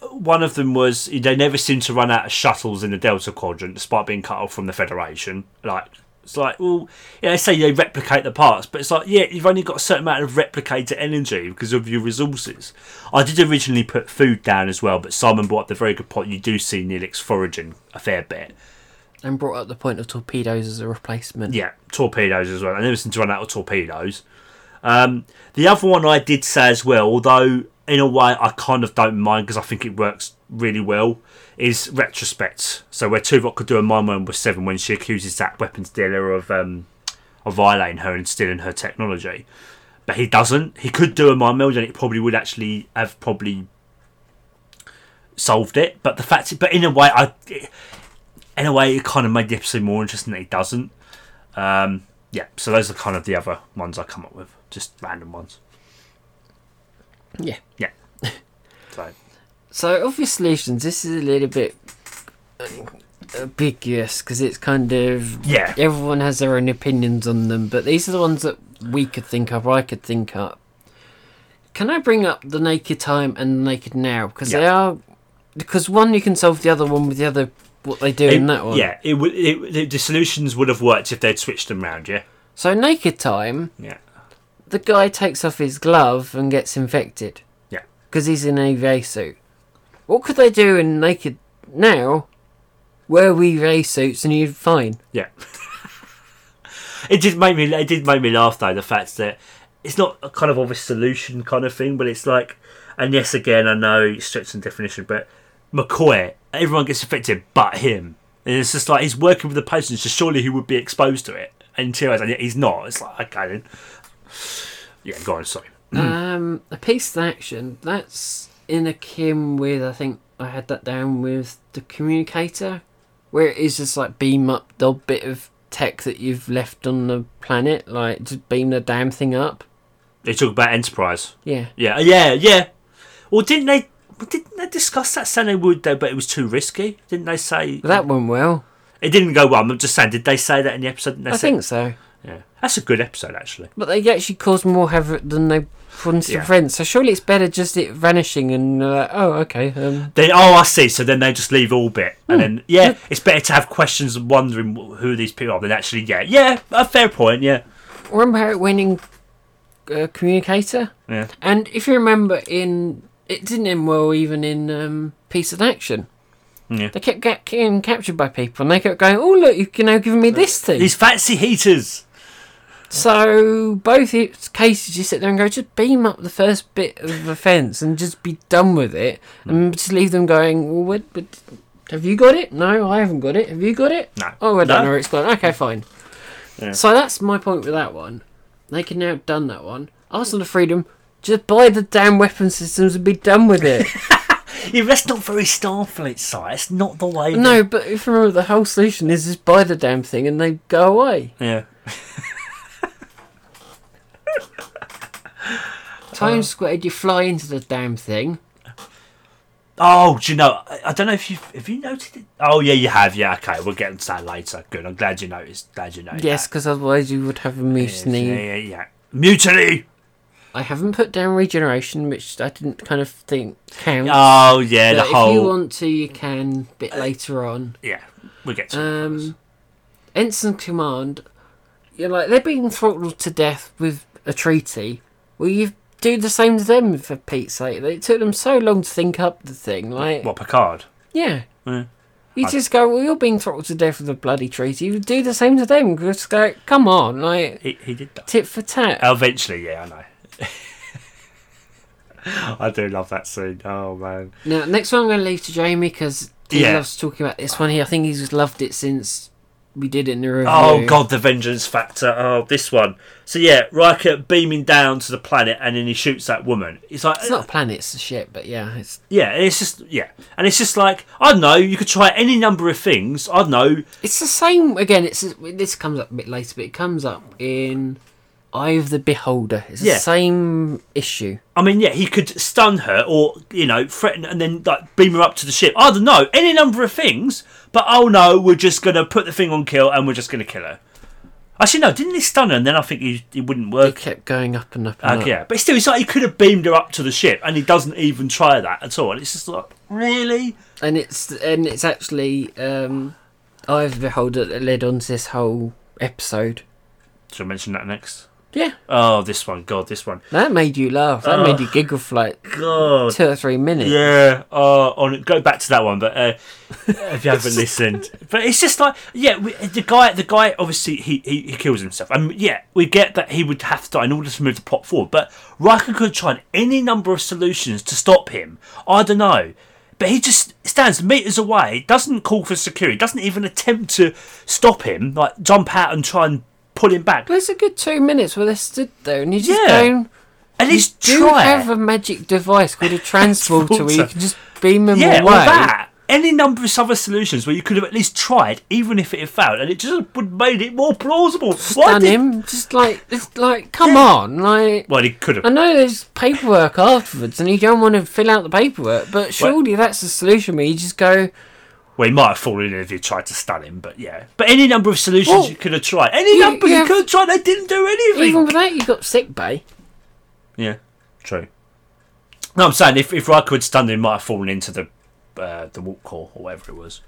[SPEAKER 1] uh, one of them was they never seem to run out of shuttles in the Delta Quadrant, despite being cut off from the Federation. Like it's like, well, yeah, they say they replicate the parts, but it's like, yeah, you've only got a certain amount of replicator energy because of your resources. I did originally put food down as well, but Simon brought up the very good point. You do see Neelix foraging a fair bit.
[SPEAKER 2] And brought up the point of torpedoes as a replacement.
[SPEAKER 1] Yeah, torpedoes as well. I never seem to run out of torpedoes. Um, the other one I did say as well, although in a way I kind of don't mind because I think it works really well, is retrospects. So where Tuvok could do a mind when was seven when she accuses that weapons dealer of um, of violating her and stealing her technology, but he doesn't. He could do a mind meld and it probably would actually have probably solved it. But the fact, but in a way, I. In a way, it kind of made the episode more interesting that he doesn't. Um, yeah, so those are kind of the other ones I come up with, just random ones.
[SPEAKER 2] Yeah.
[SPEAKER 1] Yeah. so
[SPEAKER 2] So obvious solutions. This is a little bit ambiguous because it's kind of
[SPEAKER 1] yeah,
[SPEAKER 2] everyone has their own opinions on them, but these are the ones that we could think of, or I could think up. Can I bring up the naked time and the naked now because they
[SPEAKER 1] Yeah.
[SPEAKER 2] are because one you can solve the other one with the other what they do in
[SPEAKER 1] It-
[SPEAKER 2] that one.
[SPEAKER 1] yeah, it would. It, the- the solutions would have worked if they'd switched them round. Yeah,
[SPEAKER 2] So naked time,
[SPEAKER 1] yeah,
[SPEAKER 2] the guy takes off his glove and gets infected
[SPEAKER 1] yeah,
[SPEAKER 2] because he's in an EVA suit. What could they do in Naked now? Wear we ray suits and you're fine.
[SPEAKER 1] Yeah. it did make me. It did make me laugh though. The fact that it's not a kind of obvious solution kind of thing, but it's like, and yes, again, I know it's strict in definition, but McCoy, everyone gets affected, but him. And it's just like he's working with the patients, so surely he would be exposed to it. And Tyrion's like, yeah, he's not. It's like okay then. Yeah, go on. Sorry.
[SPEAKER 2] um, a piece of action that's in akin with I think I had that down with the communicator, where it is just like beam up the odd bit of tech that you've left on the planet, like just beam the damn thing up.
[SPEAKER 1] They talk about Enterprise.
[SPEAKER 2] Yeah,
[SPEAKER 1] Yeah, uh, yeah, yeah. Well, didn't they? well, Didn't they discuss that saying they would though, but it was too risky? Didn't they say
[SPEAKER 2] but that went well.
[SPEAKER 1] it didn't go well? I'm just saying, did they say that in the episode? Didn't they
[SPEAKER 2] I
[SPEAKER 1] say-
[SPEAKER 2] think so.
[SPEAKER 1] yeah, that's a good episode actually.
[SPEAKER 2] But they actually caused more havoc than they wanted
[SPEAKER 1] Yeah.
[SPEAKER 2] to friends. So surely it's better just it vanishing and uh, like, oh okay. Um,
[SPEAKER 1] Then oh, I see. So then they just leave all bit,
[SPEAKER 2] Hmm.
[SPEAKER 1] and then yeah, it's better to have questions and wondering wh- who these people are than actually yeah, yeah, a fair point, yeah,
[SPEAKER 2] remember how it went in uh, communicator?
[SPEAKER 1] yeah,
[SPEAKER 2] And if you remember, in it didn't end well even in um, Peace and Action.
[SPEAKER 1] yeah.
[SPEAKER 2] They kept get- getting captured by people, and they kept going, "Oh look, you can now giving me this thing."
[SPEAKER 1] These fancy heaters.
[SPEAKER 2] so both i- cases, you sit there and go, "Just beam up the first bit of offence and just be done with it,"
[SPEAKER 1] Mm.
[SPEAKER 2] and just leave them going, "Well, what, but have you got it? No, I haven't got it. Have you got it?
[SPEAKER 1] No.
[SPEAKER 2] Oh, I don't
[SPEAKER 1] No.
[SPEAKER 2] know. Explain. Okay, fine.
[SPEAKER 1] Yeah.
[SPEAKER 2] So that's my point with that one. They can now have done that one. Arsenal of Freedom, just buy the damn weapon systems and be done with it.
[SPEAKER 1] Yeah, that's not very Starfleet side. It's not the way.
[SPEAKER 2] no, but if you remember, the whole solution is just buy the damn thing and they go away.
[SPEAKER 1] Yeah. Uh-huh.
[SPEAKER 2] Times squared, you fly into the damn thing.
[SPEAKER 1] Oh, do you know? I- I don't know if you have you noticed it. Oh yeah, you have. Yeah, okay. We'll get into that later. Good. I'm glad you noticed. Glad you noticed.
[SPEAKER 2] Yes, because otherwise you would have a
[SPEAKER 1] that. Yeah,
[SPEAKER 2] mutiny.
[SPEAKER 1] yeah, yeah. Mutiny.
[SPEAKER 2] I haven't put down regeneration, which I didn't kind of think counts.
[SPEAKER 1] Oh yeah,
[SPEAKER 2] but
[SPEAKER 1] the
[SPEAKER 2] if you
[SPEAKER 1] whole. Uh,
[SPEAKER 2] want to, you can a bit later on.
[SPEAKER 1] yeah, we'll get to it.
[SPEAKER 2] Um, Ensign Command, you're like they're being throttled to death with a treaty. Well, you do the same to them for Pete's sake. They- It took them so long to think up the thing. Like,
[SPEAKER 1] What Picard?
[SPEAKER 2] yeah,
[SPEAKER 1] Yeah.
[SPEAKER 2] you just go, well, you're being throttled to death with a bloody treaty. You do the same to them. Just go, come on, like
[SPEAKER 1] He he did that.
[SPEAKER 2] tit for tat.
[SPEAKER 1] Uh, Oh, Eventually, yeah, I know. I do love that scene. Oh man.
[SPEAKER 2] now, next one I'm going to leave to Jamie because he
[SPEAKER 1] Yeah.
[SPEAKER 2] loves talking about this one. He, I think he's loved it since we did it in the review.
[SPEAKER 1] Oh god, the vengeance factor. Oh, this one. So yeah, Riker beaming down to the planet, and then he shoots that woman. It's like
[SPEAKER 2] It's not a planet, it's a ship, but yeah, it's
[SPEAKER 1] Yeah, and it's just yeah, and it's just like I don't know. You could try any number of things. I don't know.
[SPEAKER 2] It's the same again. It's this comes up a bit later, but it comes up in Eye of the Beholder. It's
[SPEAKER 1] Yeah.
[SPEAKER 2] the same issue.
[SPEAKER 1] I mean, yeah, he could stun her or you know threaten and then like beam her up to the ship. I don't know any number of things. But oh no, we're just gonna put the thing on kill and we're just gonna kill her. Actually, no, didn't he stun her? And then I think he it wouldn't
[SPEAKER 2] It
[SPEAKER 1] work.
[SPEAKER 2] kept going up and up and
[SPEAKER 1] Like,
[SPEAKER 2] up.
[SPEAKER 1] yeah, but still, it's like he could have beamed her up to the ship, and he doesn't even try that at all. And it's just like, really?
[SPEAKER 2] And it's and it's actually um, Eye of the Beholder that led on to this whole episode.
[SPEAKER 1] Should I mention that next?
[SPEAKER 2] Yeah,
[SPEAKER 1] Oh, this one, God, this one,
[SPEAKER 2] that made you laugh. That made you giggle for like
[SPEAKER 1] God.
[SPEAKER 2] two or three minutes.
[SPEAKER 1] Oh. Yeah, uh, on go back to that one, but uh, if you haven't listened, but it's just like yeah, we, the guy, the guy obviously he, he, he kills himself, and yeah, we get that he would have to die in order to move the plot forward. But Riker could try any number of solutions to stop him. I don't know, but he just stands meters away, doesn't call for security, doesn't even attempt to stop him, like jump out and try and pull him back.
[SPEAKER 2] There's a good two minutes where they stood there, and you just
[SPEAKER 1] Yeah.
[SPEAKER 2] going.
[SPEAKER 1] At
[SPEAKER 2] You
[SPEAKER 1] least
[SPEAKER 2] do
[SPEAKER 1] try.
[SPEAKER 2] have a magic device called a transporter where you
[SPEAKER 1] Transporter.
[SPEAKER 2] can just beam them
[SPEAKER 1] Yeah,
[SPEAKER 2] away.
[SPEAKER 1] or that. Any number of other solutions where you could have at least tried, even if it had failed, and it just would have made it more plausible. Why
[SPEAKER 2] done
[SPEAKER 1] did...
[SPEAKER 2] him. Just like, it's like, come on, like.
[SPEAKER 1] Well, he could have.
[SPEAKER 2] I know there's paperwork afterwards, and you don't want to fill out the paperwork, but surely that's the solution. Where you just go,
[SPEAKER 1] Well, he might have fallen in if you tried to stun him, but yeah. But any number of solutions
[SPEAKER 2] Well,
[SPEAKER 1] you could have tried. Any
[SPEAKER 2] you-
[SPEAKER 1] number
[SPEAKER 2] you
[SPEAKER 1] you,
[SPEAKER 2] have-
[SPEAKER 1] could have tried, they didn't do anything.
[SPEAKER 2] even with that, you got sick bay.
[SPEAKER 1] Yeah, true. No, I'm saying if, if Riker had stunned him, he might have fallen into the uh, the walk core or whatever it was.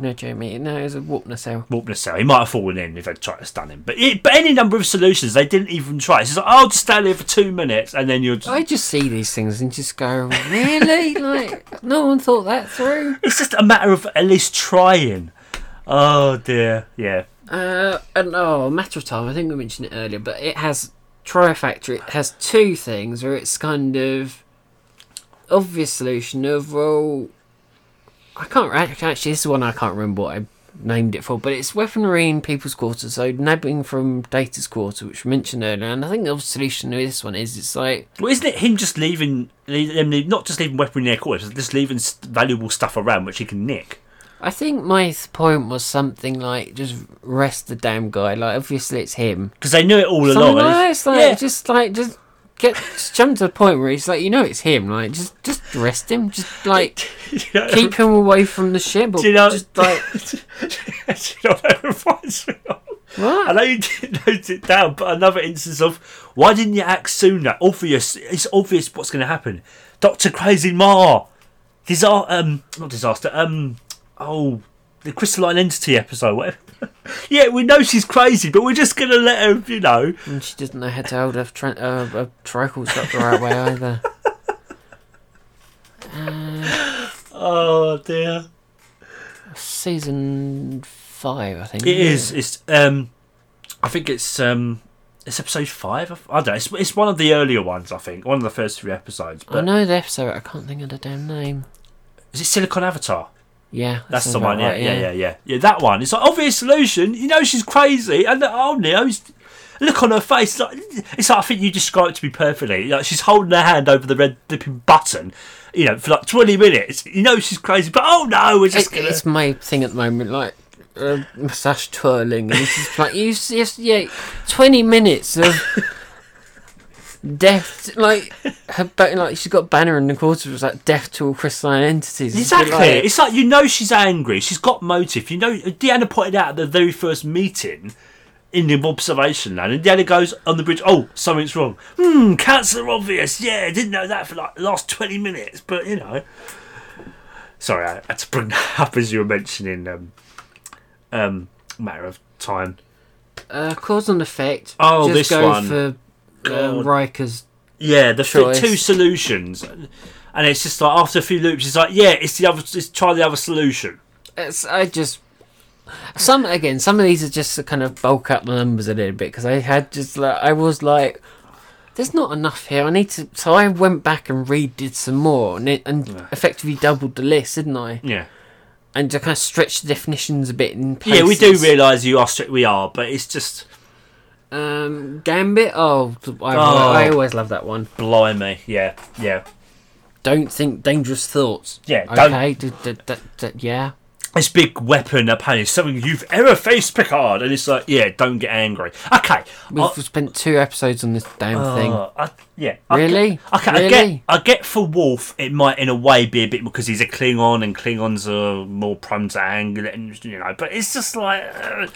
[SPEAKER 2] No, Jamie, no, it was a warp nacelle.
[SPEAKER 1] Warp cell. He might have fallen in if they'd tried to stun him. But it, but any number of solutions, they didn't even try. It's just like, I'll just stand here for two minutes and then you'll just.
[SPEAKER 2] I just see these things and just go, really? like, no one thought that through.
[SPEAKER 1] It's just a matter of at least trying. Oh dear. Yeah.
[SPEAKER 2] Uh, and oh, Matter of Time, I think we mentioned it earlier, but it has Trifactor, it has two things where it's kind of obvious solution of, well, I can't, act- actually, this is one I can't remember what I named it for, but it's weaponry in people's quarters, so nabbing from Data's quarter, which we mentioned earlier, and I think the obvious solution to this one is it's like,
[SPEAKER 1] Well, isn't it him just leaving, leave- them leave- not just leaving weaponry in their quarters, but just leaving s- valuable stuff around which he can nick?
[SPEAKER 2] I think my th- point was something like just rest the damn guy. Like obviously it's him.
[SPEAKER 1] Because they knew it all
[SPEAKER 2] Something
[SPEAKER 1] along. and
[SPEAKER 2] like,
[SPEAKER 1] it's-
[SPEAKER 2] it's like
[SPEAKER 1] yeah.
[SPEAKER 2] just like just get just jump to the point where it's like you know it's him. Like just just rest him. Just like
[SPEAKER 1] You know,
[SPEAKER 2] keep him away from the ship. Or
[SPEAKER 1] Do you know-
[SPEAKER 2] just like
[SPEAKER 1] do you know what that reminds me of? I
[SPEAKER 2] what?
[SPEAKER 1] know you didn't note it down, but another instance of why didn't you act sooner? Obvious. It's obvious what's going to happen. Doctor Crazy Ma, Disar- um, not disaster. Um, oh, the crystalline entity episode. Whatever. yeah, we know she's crazy, but we're just going to let her. You know,
[SPEAKER 2] And she doesn't know how to hold a, tra- uh, a tricle's up the right way either. Uh,
[SPEAKER 1] Oh dear.
[SPEAKER 2] Season five, I think.
[SPEAKER 1] It is. It's um, I think it's um, it's episode five. of- I don't know. It's, it's one of the earlier ones. I think one of the first three episodes.
[SPEAKER 2] I
[SPEAKER 1] But
[SPEAKER 2] know the episode. I can't think of the damn name.
[SPEAKER 1] is it Silicon Avatar?
[SPEAKER 2] Yeah,
[SPEAKER 1] That's
[SPEAKER 2] sounds
[SPEAKER 1] the
[SPEAKER 2] about
[SPEAKER 1] one. Yeah,
[SPEAKER 2] right,
[SPEAKER 1] yeah, yeah, yeah, yeah. That one. It's an obvious solution. You know she's crazy, and oh Neo's look on her face. Like, it's like I think you described it to me perfectly. Like she's holding her hand over the red dipping button. You know, for like twenty minutes. You know she's crazy, but oh no, we're just
[SPEAKER 2] It,
[SPEAKER 1] gonna.
[SPEAKER 2] it's my thing at the moment, like uh, moustache twirling, and it's just like you, s- yes, yeah, twenty minutes of death, like her, ba- like she's got a banner in the quarter, it was like death to all crystalline entities. It's a bit
[SPEAKER 1] Exactly.
[SPEAKER 2] like-
[SPEAKER 1] it's like you know she's angry. She's got motive. You know, Deanna pointed out at the very first meeting in the observation land, and Deanna goes on the bridge. Oh, something's wrong. Hmm, cancer obvious. Yeah, didn't know that for like the last twenty minutes, but you know. Sorry, I had to bring that up as you were mentioning um, um, matter of time.
[SPEAKER 2] uh, cause and effect.
[SPEAKER 1] Oh,
[SPEAKER 2] just
[SPEAKER 1] this
[SPEAKER 2] go
[SPEAKER 1] one.
[SPEAKER 2] for uh,
[SPEAKER 1] God.
[SPEAKER 2] Riker's.
[SPEAKER 1] Yeah, the fi-
[SPEAKER 2] Choice.
[SPEAKER 1] two solutions, and it's just like after a few loops, it's like yeah, it's the other. It's try the other solution.
[SPEAKER 2] It's, I just. Some again, some of these are just to kind of bulk up the numbers a little bit because I had just like I was like, there's not enough here. I need to. So I went back and redid some more and, it, and effectively doubled the list, didn't I?
[SPEAKER 1] Yeah.
[SPEAKER 2] And to kind of stretch the definitions a bit in places.
[SPEAKER 1] Yeah, we do realise you are strict. We are, but it's just
[SPEAKER 2] Um, Gambit. Oh, th- I,
[SPEAKER 1] Oh.
[SPEAKER 2] I always love that one.
[SPEAKER 1] blimey. Yeah, yeah,
[SPEAKER 2] Don't think dangerous thoughts.
[SPEAKER 1] yeah. Don't.
[SPEAKER 2] Okay. D- d- d- d- yeah.
[SPEAKER 1] This big weapon apparently is something you've ever faced, Picard, and it's like, yeah, don't get angry. Okay.
[SPEAKER 2] We've
[SPEAKER 1] I-
[SPEAKER 2] spent two episodes on this damn thing.
[SPEAKER 1] Uh, I- yeah. I get-
[SPEAKER 2] Really?
[SPEAKER 1] okay, I get.
[SPEAKER 2] Really?
[SPEAKER 1] I get for Wolf, it might in a way be a bit because he's a Klingon, and Klingons are more prone to anger, and you know. But it's just like, uh,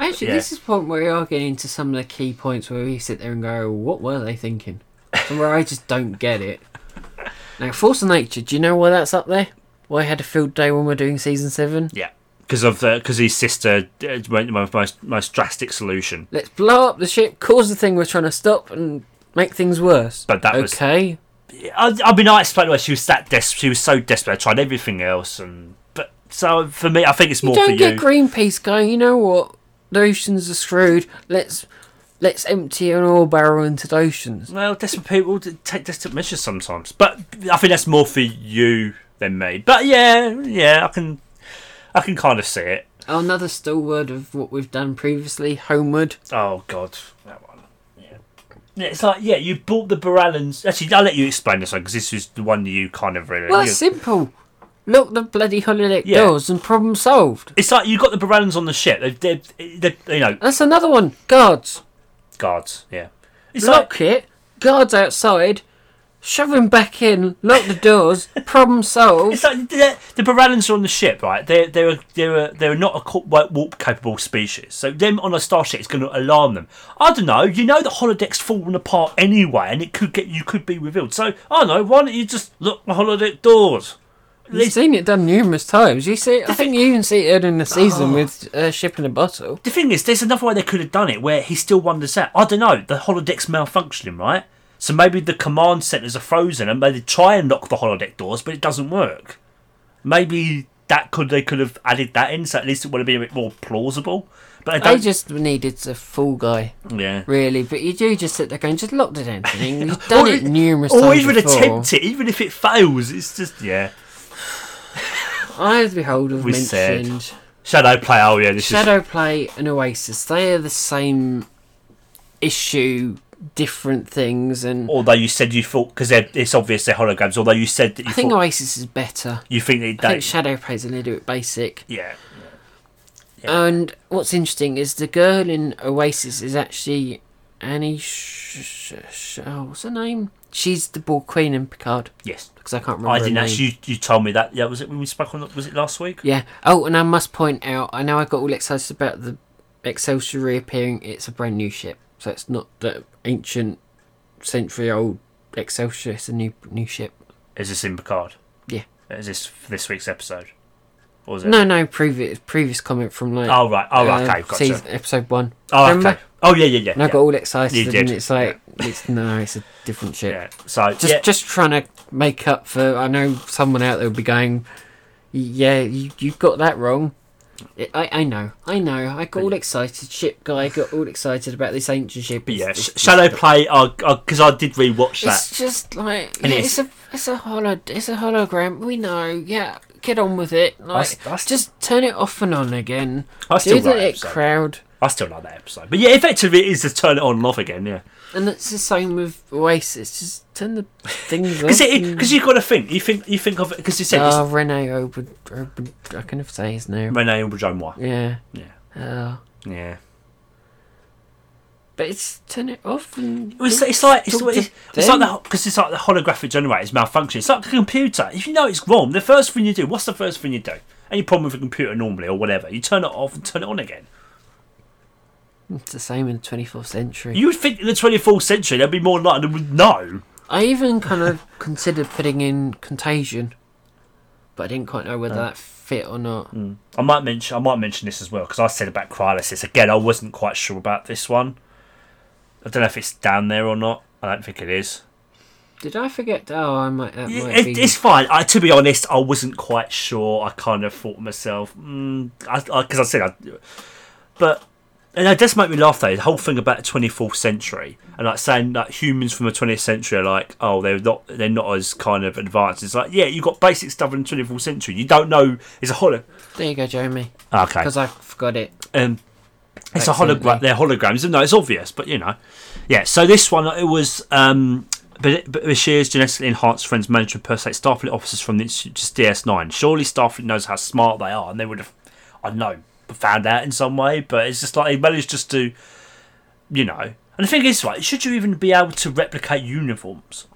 [SPEAKER 2] Actually,
[SPEAKER 1] Yeah.
[SPEAKER 2] this is the point where we are getting into some of the key points where we sit there and go, "What were they thinking?" and where I just don't get it. Now, Force of Nature. Do you know why that's up there? Why I had a field day when we're doing season seven?
[SPEAKER 1] yeah, because of because his sister uh, went to my most most drastic solution.
[SPEAKER 2] Let's blow up the ship, cause the thing we're trying to stop, and make things worse.
[SPEAKER 1] But that was-
[SPEAKER 2] okay.
[SPEAKER 1] I, I mean, I explained why she was that des- She was so desperate. I tried everything else, and but so for me, I think it's more
[SPEAKER 2] you
[SPEAKER 1] for
[SPEAKER 2] don't get
[SPEAKER 1] you.
[SPEAKER 2] Greenpeace going. You know what? The oceans are screwed. Let's let's empty an oil barrel into the oceans.
[SPEAKER 1] well, desperate people d- take desperate measures sometimes, but I think that's more for you than me. But yeah, yeah, I can, I can kind of see it.
[SPEAKER 2] Another stalwart of what we've done previously, Homeward.
[SPEAKER 1] Oh God, that one. Yeah, Yeah, it's like yeah, you bought the Barallans. Actually, I'll let you explain this one because this is the one you kind of really.
[SPEAKER 2] Well,
[SPEAKER 1] you-
[SPEAKER 2] it's simple. Look the bloody holodeck
[SPEAKER 1] Yeah.
[SPEAKER 2] doors and problem solved.
[SPEAKER 1] it's like you got the Barallans on the ship. They've, they've, they've, you know,
[SPEAKER 2] That's another one. Guards.
[SPEAKER 1] guards. Yeah, it's like
[SPEAKER 2] Lock it. Guards outside. Shove him back in. Lock the doors. problem solved.
[SPEAKER 1] It's like the, the Barallans are on the ship, right? They're they're they're they're not a co- wa- warp capable species, so them on a starship is going to alarm them. I don't know. You know the holodeck's falling apart anyway, and it could get you could be revealed. So I don't know. Why don't you just lock the holodeck doors?
[SPEAKER 2] You've seen it done numerous times. You see, I think you even see it earlier in the season
[SPEAKER 1] Oh.
[SPEAKER 2] with uh, shipping a bottle.
[SPEAKER 1] The thing is, there's another way they could have done it where he still wonders out. I don't know. The holodeck's malfunctioning, right? So maybe the command centers are frozen, and they try and lock the holodeck doors, but it doesn't work. Maybe that could they could have added that in, so at least it would have been a bit more plausible. But I
[SPEAKER 2] They
[SPEAKER 1] don't.
[SPEAKER 2] just needed a fool guy,
[SPEAKER 1] yeah.
[SPEAKER 2] really. But you do just sit there going, just lock the damn thing. You've done it numerous
[SPEAKER 1] or
[SPEAKER 2] times
[SPEAKER 1] even
[SPEAKER 2] before.
[SPEAKER 1] attempt it, even if it fails, it's just yeah.
[SPEAKER 2] Eye of the Beholder
[SPEAKER 1] We said.
[SPEAKER 2] mentioned
[SPEAKER 1] Shadow play. Oh yeah, this is
[SPEAKER 2] Shadow Play and Oasis. They are the same issue, different things, and
[SPEAKER 1] Although you said you thought because it's obvious they're holograms. Although you said that you
[SPEAKER 2] I think
[SPEAKER 1] thought,
[SPEAKER 2] Oasis is better.
[SPEAKER 1] you think they
[SPEAKER 2] I think
[SPEAKER 1] don't.
[SPEAKER 2] Shadow Play's a little bit basic.
[SPEAKER 1] yeah,
[SPEAKER 2] And what's interesting is the girl in Oasis is actually Annie. Sh- Sh- Sh- oh, what's her name? She's the ball queen in Picard
[SPEAKER 1] yes.
[SPEAKER 2] because I can't remember.
[SPEAKER 1] I
[SPEAKER 2] her
[SPEAKER 1] didn't
[SPEAKER 2] name.
[SPEAKER 1] actually. You, you told me that. Yeah, was it when we spoke on? Was it last week?
[SPEAKER 2] Yeah. Oh, and I must point out. I know I got all excited about the Excelsior reappearing. It's a brand new ship, so it's not the ancient, century-old Excelsior. It's a new new ship.
[SPEAKER 1] Is this in Picard?
[SPEAKER 2] Yeah.
[SPEAKER 1] Is this for this week's episode? Or is it?
[SPEAKER 2] No, no. Previous previous comment from like.
[SPEAKER 1] Oh right. Oh right.
[SPEAKER 2] uh,
[SPEAKER 1] okay. Gotcha.
[SPEAKER 2] season- episode one.
[SPEAKER 1] oh okay.
[SPEAKER 2] Remember?
[SPEAKER 1] Oh yeah yeah yeah.
[SPEAKER 2] And I
[SPEAKER 1] yeah.
[SPEAKER 2] got all excited,
[SPEAKER 1] You did,
[SPEAKER 2] and it's like, it's no, it's a different ship.
[SPEAKER 1] yeah. So
[SPEAKER 2] Just
[SPEAKER 1] yeah.
[SPEAKER 2] just trying to make up for. I know someone out there will be going, yeah, you you got that wrong. I, I I know, I know. I got all excited. Ship guy got all excited about this ancient ship.
[SPEAKER 1] but yeah,
[SPEAKER 2] It's-
[SPEAKER 1] sh- Shadow Play, because I did re-watch that.
[SPEAKER 2] It's just like
[SPEAKER 1] And
[SPEAKER 2] yeah,
[SPEAKER 1] it's-
[SPEAKER 2] it's, a it's a holo it's a hologram. We know. Yeah, get on with it. Like
[SPEAKER 1] s- I s-
[SPEAKER 2] just turn it off and on again.
[SPEAKER 1] I still like
[SPEAKER 2] Do the
[SPEAKER 1] that
[SPEAKER 2] it
[SPEAKER 1] episode.
[SPEAKER 2] crowd.
[SPEAKER 1] I still like that episode. But yeah, effectively, it is to turn it on and off again. Yeah.
[SPEAKER 2] And that's the same with Oasis. Just turn the things off.
[SPEAKER 1] Because
[SPEAKER 2] and-
[SPEAKER 1] because you've got to think. You think you think of because you said
[SPEAKER 2] Oh, Rene Obed, Obed, I can never say his
[SPEAKER 1] it's
[SPEAKER 2] name.
[SPEAKER 1] Rene Auberjonois.
[SPEAKER 2] Yeah.
[SPEAKER 1] Yeah.
[SPEAKER 2] Uh,
[SPEAKER 1] Yeah.
[SPEAKER 2] but it's turn it off and.
[SPEAKER 1] Well, It's, it's like it's,
[SPEAKER 2] Talk
[SPEAKER 1] it's,
[SPEAKER 2] to
[SPEAKER 1] it's like
[SPEAKER 2] them.
[SPEAKER 1] the because it's like the holographic generator is malfunctioning. It's like a computer. If you know it's wrong, the first thing you do. What's the first thing you do? Any problem with a computer normally or whatever, you turn it off and turn it on again.
[SPEAKER 2] It's the same in the 24th century.
[SPEAKER 1] You would think in the 24th century there'd be more likely to know.
[SPEAKER 2] I even kind of considered putting in Contagion, but I didn't quite know
[SPEAKER 1] Oh.
[SPEAKER 2] whether that fit or not.
[SPEAKER 1] I might mention I might mention this as well because I said about Crylysis again. I wasn't quite sure about this one. I don't know if it's down there or not. I don't think it is.
[SPEAKER 2] Did I forget? Oh, I might. That might
[SPEAKER 1] It,
[SPEAKER 2] be.
[SPEAKER 1] it's fine. I, to be honest, I wasn't quite sure. I kind of thought to myself, because mm, I, I, 'cause I said, I, but and it does make me laugh though. The whole thing about the twenty fourth century and like saying like humans from the twentieth century are like, oh, they're not they're not as kind of advanced. It's like, yeah, you've got basic stuff in the twenty fourth century. You don't know it's a holo. Ah,
[SPEAKER 2] There you go, Jeremy.
[SPEAKER 1] Okay,
[SPEAKER 2] Because I forgot it.
[SPEAKER 1] um, it's a
[SPEAKER 2] Excellently.
[SPEAKER 1] hologram. They're holograms. No, it's obvious, but you know, yeah. So this one, it was um, B- B- Bashir's genetically enhanced friends managed to impersonate Starfleet officers from the Institute just DS9. Surely Starfleet knows how smart they are, and they would have, I don't know, found out in some way. But it's just like they managed just to, you know. And the thing is, right? Should you even be able to replicate uniforms?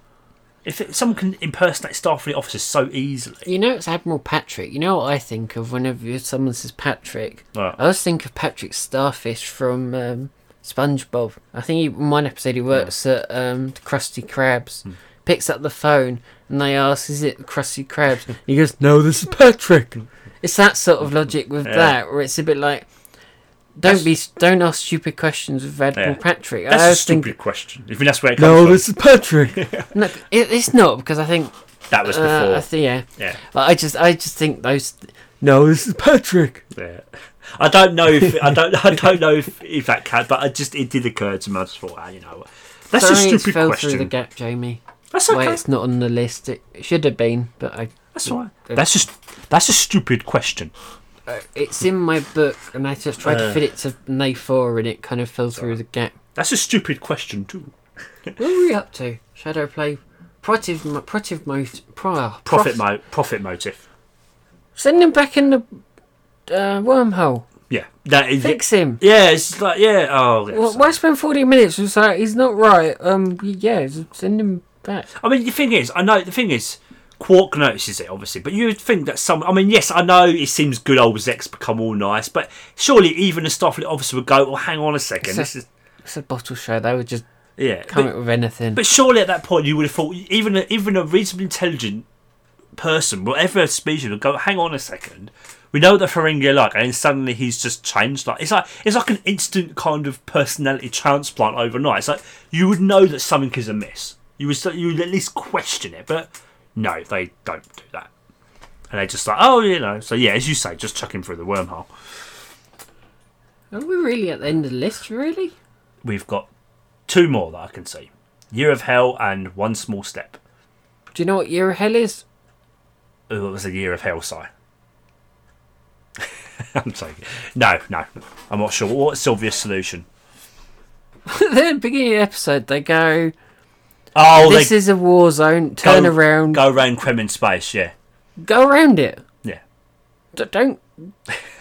[SPEAKER 1] If it, someone can impersonate Starfleet officers so easily,
[SPEAKER 2] You know, it's Admiral Patrick. You know what I think of whenever someone says Patrick?
[SPEAKER 1] Right.
[SPEAKER 2] I always think of Patrick Starfish from um, SpongeBob. I think he, in one episode he works at um, the Krusty Krabs,
[SPEAKER 1] Hmm.
[SPEAKER 2] picks up the phone, and they ask, Is it Krusty Krabs? And he goes, No, this is Patrick. It's that sort of logic with
[SPEAKER 1] Yeah.
[SPEAKER 2] that, where it's a bit like. Don't be, don't ask stupid questions with Admiral
[SPEAKER 1] Yeah.
[SPEAKER 2] Patrick. I
[SPEAKER 1] that's a
[SPEAKER 2] always
[SPEAKER 1] stupid
[SPEAKER 2] think,
[SPEAKER 1] question. If that's where it comes
[SPEAKER 2] no,
[SPEAKER 1] from,
[SPEAKER 2] this is Patrick. no, it, it's not because I think,
[SPEAKER 1] that was before.
[SPEAKER 2] uh, I think, yeah,
[SPEAKER 1] yeah.
[SPEAKER 2] like, I just, I just think those. No, this is Patrick.
[SPEAKER 1] Yeah. I don't know if I don't I don't know if, if that can, but I just it did occur to me. I just thought, ah, you know, what? that's
[SPEAKER 2] Sorry
[SPEAKER 1] a
[SPEAKER 2] it's
[SPEAKER 1] stupid
[SPEAKER 2] fell through the
[SPEAKER 1] question.
[SPEAKER 2] gap, Jamie.
[SPEAKER 1] That's
[SPEAKER 2] Why
[SPEAKER 1] okay.
[SPEAKER 2] it's not on the list? It should have been, but I.
[SPEAKER 1] That's all right. That's just that's a stupid question.
[SPEAKER 2] uh, It's in my book, and I just tried
[SPEAKER 1] Uh.
[SPEAKER 2] to fit it to Nay four, and it kind of fell through the gap.
[SPEAKER 1] That's a stupid question too.
[SPEAKER 2] What were we up to? Shadow play, protive, mo- protive motive, prior
[SPEAKER 1] Profit mo- profit motive.
[SPEAKER 2] oh, Send him back in the uh, wormhole.
[SPEAKER 1] Yeah. That is.
[SPEAKER 2] Fix him.
[SPEAKER 1] Yeah, it's like yeah. Oh, yeah,
[SPEAKER 2] Why
[SPEAKER 1] so-
[SPEAKER 2] why spend forty minutes? It's like he's not right. Um, yeah, send him back.
[SPEAKER 1] I mean, the thing is, I know the thing is, Quark notices it obviously, but you would think that some. I mean, yes, I know it seems good old Zex become all nice, but surely even a Starfleet officer would go, "Well, hang on a second,
[SPEAKER 2] So-
[SPEAKER 1] this is
[SPEAKER 2] It's a bottle show. They would just
[SPEAKER 1] yeah."
[SPEAKER 2] come
[SPEAKER 1] but-
[SPEAKER 2] up with anything.
[SPEAKER 1] But surely at that point you would have thought even a, even a reasonably intelligent person, whatever species, will go, hang on a second. We know what the Ferengi are like, and then suddenly he's just changed. Like it's like it's like an instant kind of personality transplant overnight. It's like you would know that something is amiss. You would you would at least question it, but no, they don't do that. And they just like, oh, you know. So yeah, as you say, just chuck him through the wormhole.
[SPEAKER 2] Are we really at the end of the list, really?
[SPEAKER 1] We've got two more that I can see: Year of Hell and One Small Step.
[SPEAKER 2] Do you know what year of hell is?
[SPEAKER 1] Ooh, What was the Year of Hell, Si? I'm joking. No, no, I'm not sure. What's Sylvia's solution?
[SPEAKER 2] the beginning of the episode, they go,
[SPEAKER 1] Oh,
[SPEAKER 2] This
[SPEAKER 1] they
[SPEAKER 2] is a war zone, turn
[SPEAKER 1] go-
[SPEAKER 2] around, go.
[SPEAKER 1] go around Kremen space. Yeah,
[SPEAKER 2] around it.
[SPEAKER 1] yeah.
[SPEAKER 2] D- don't,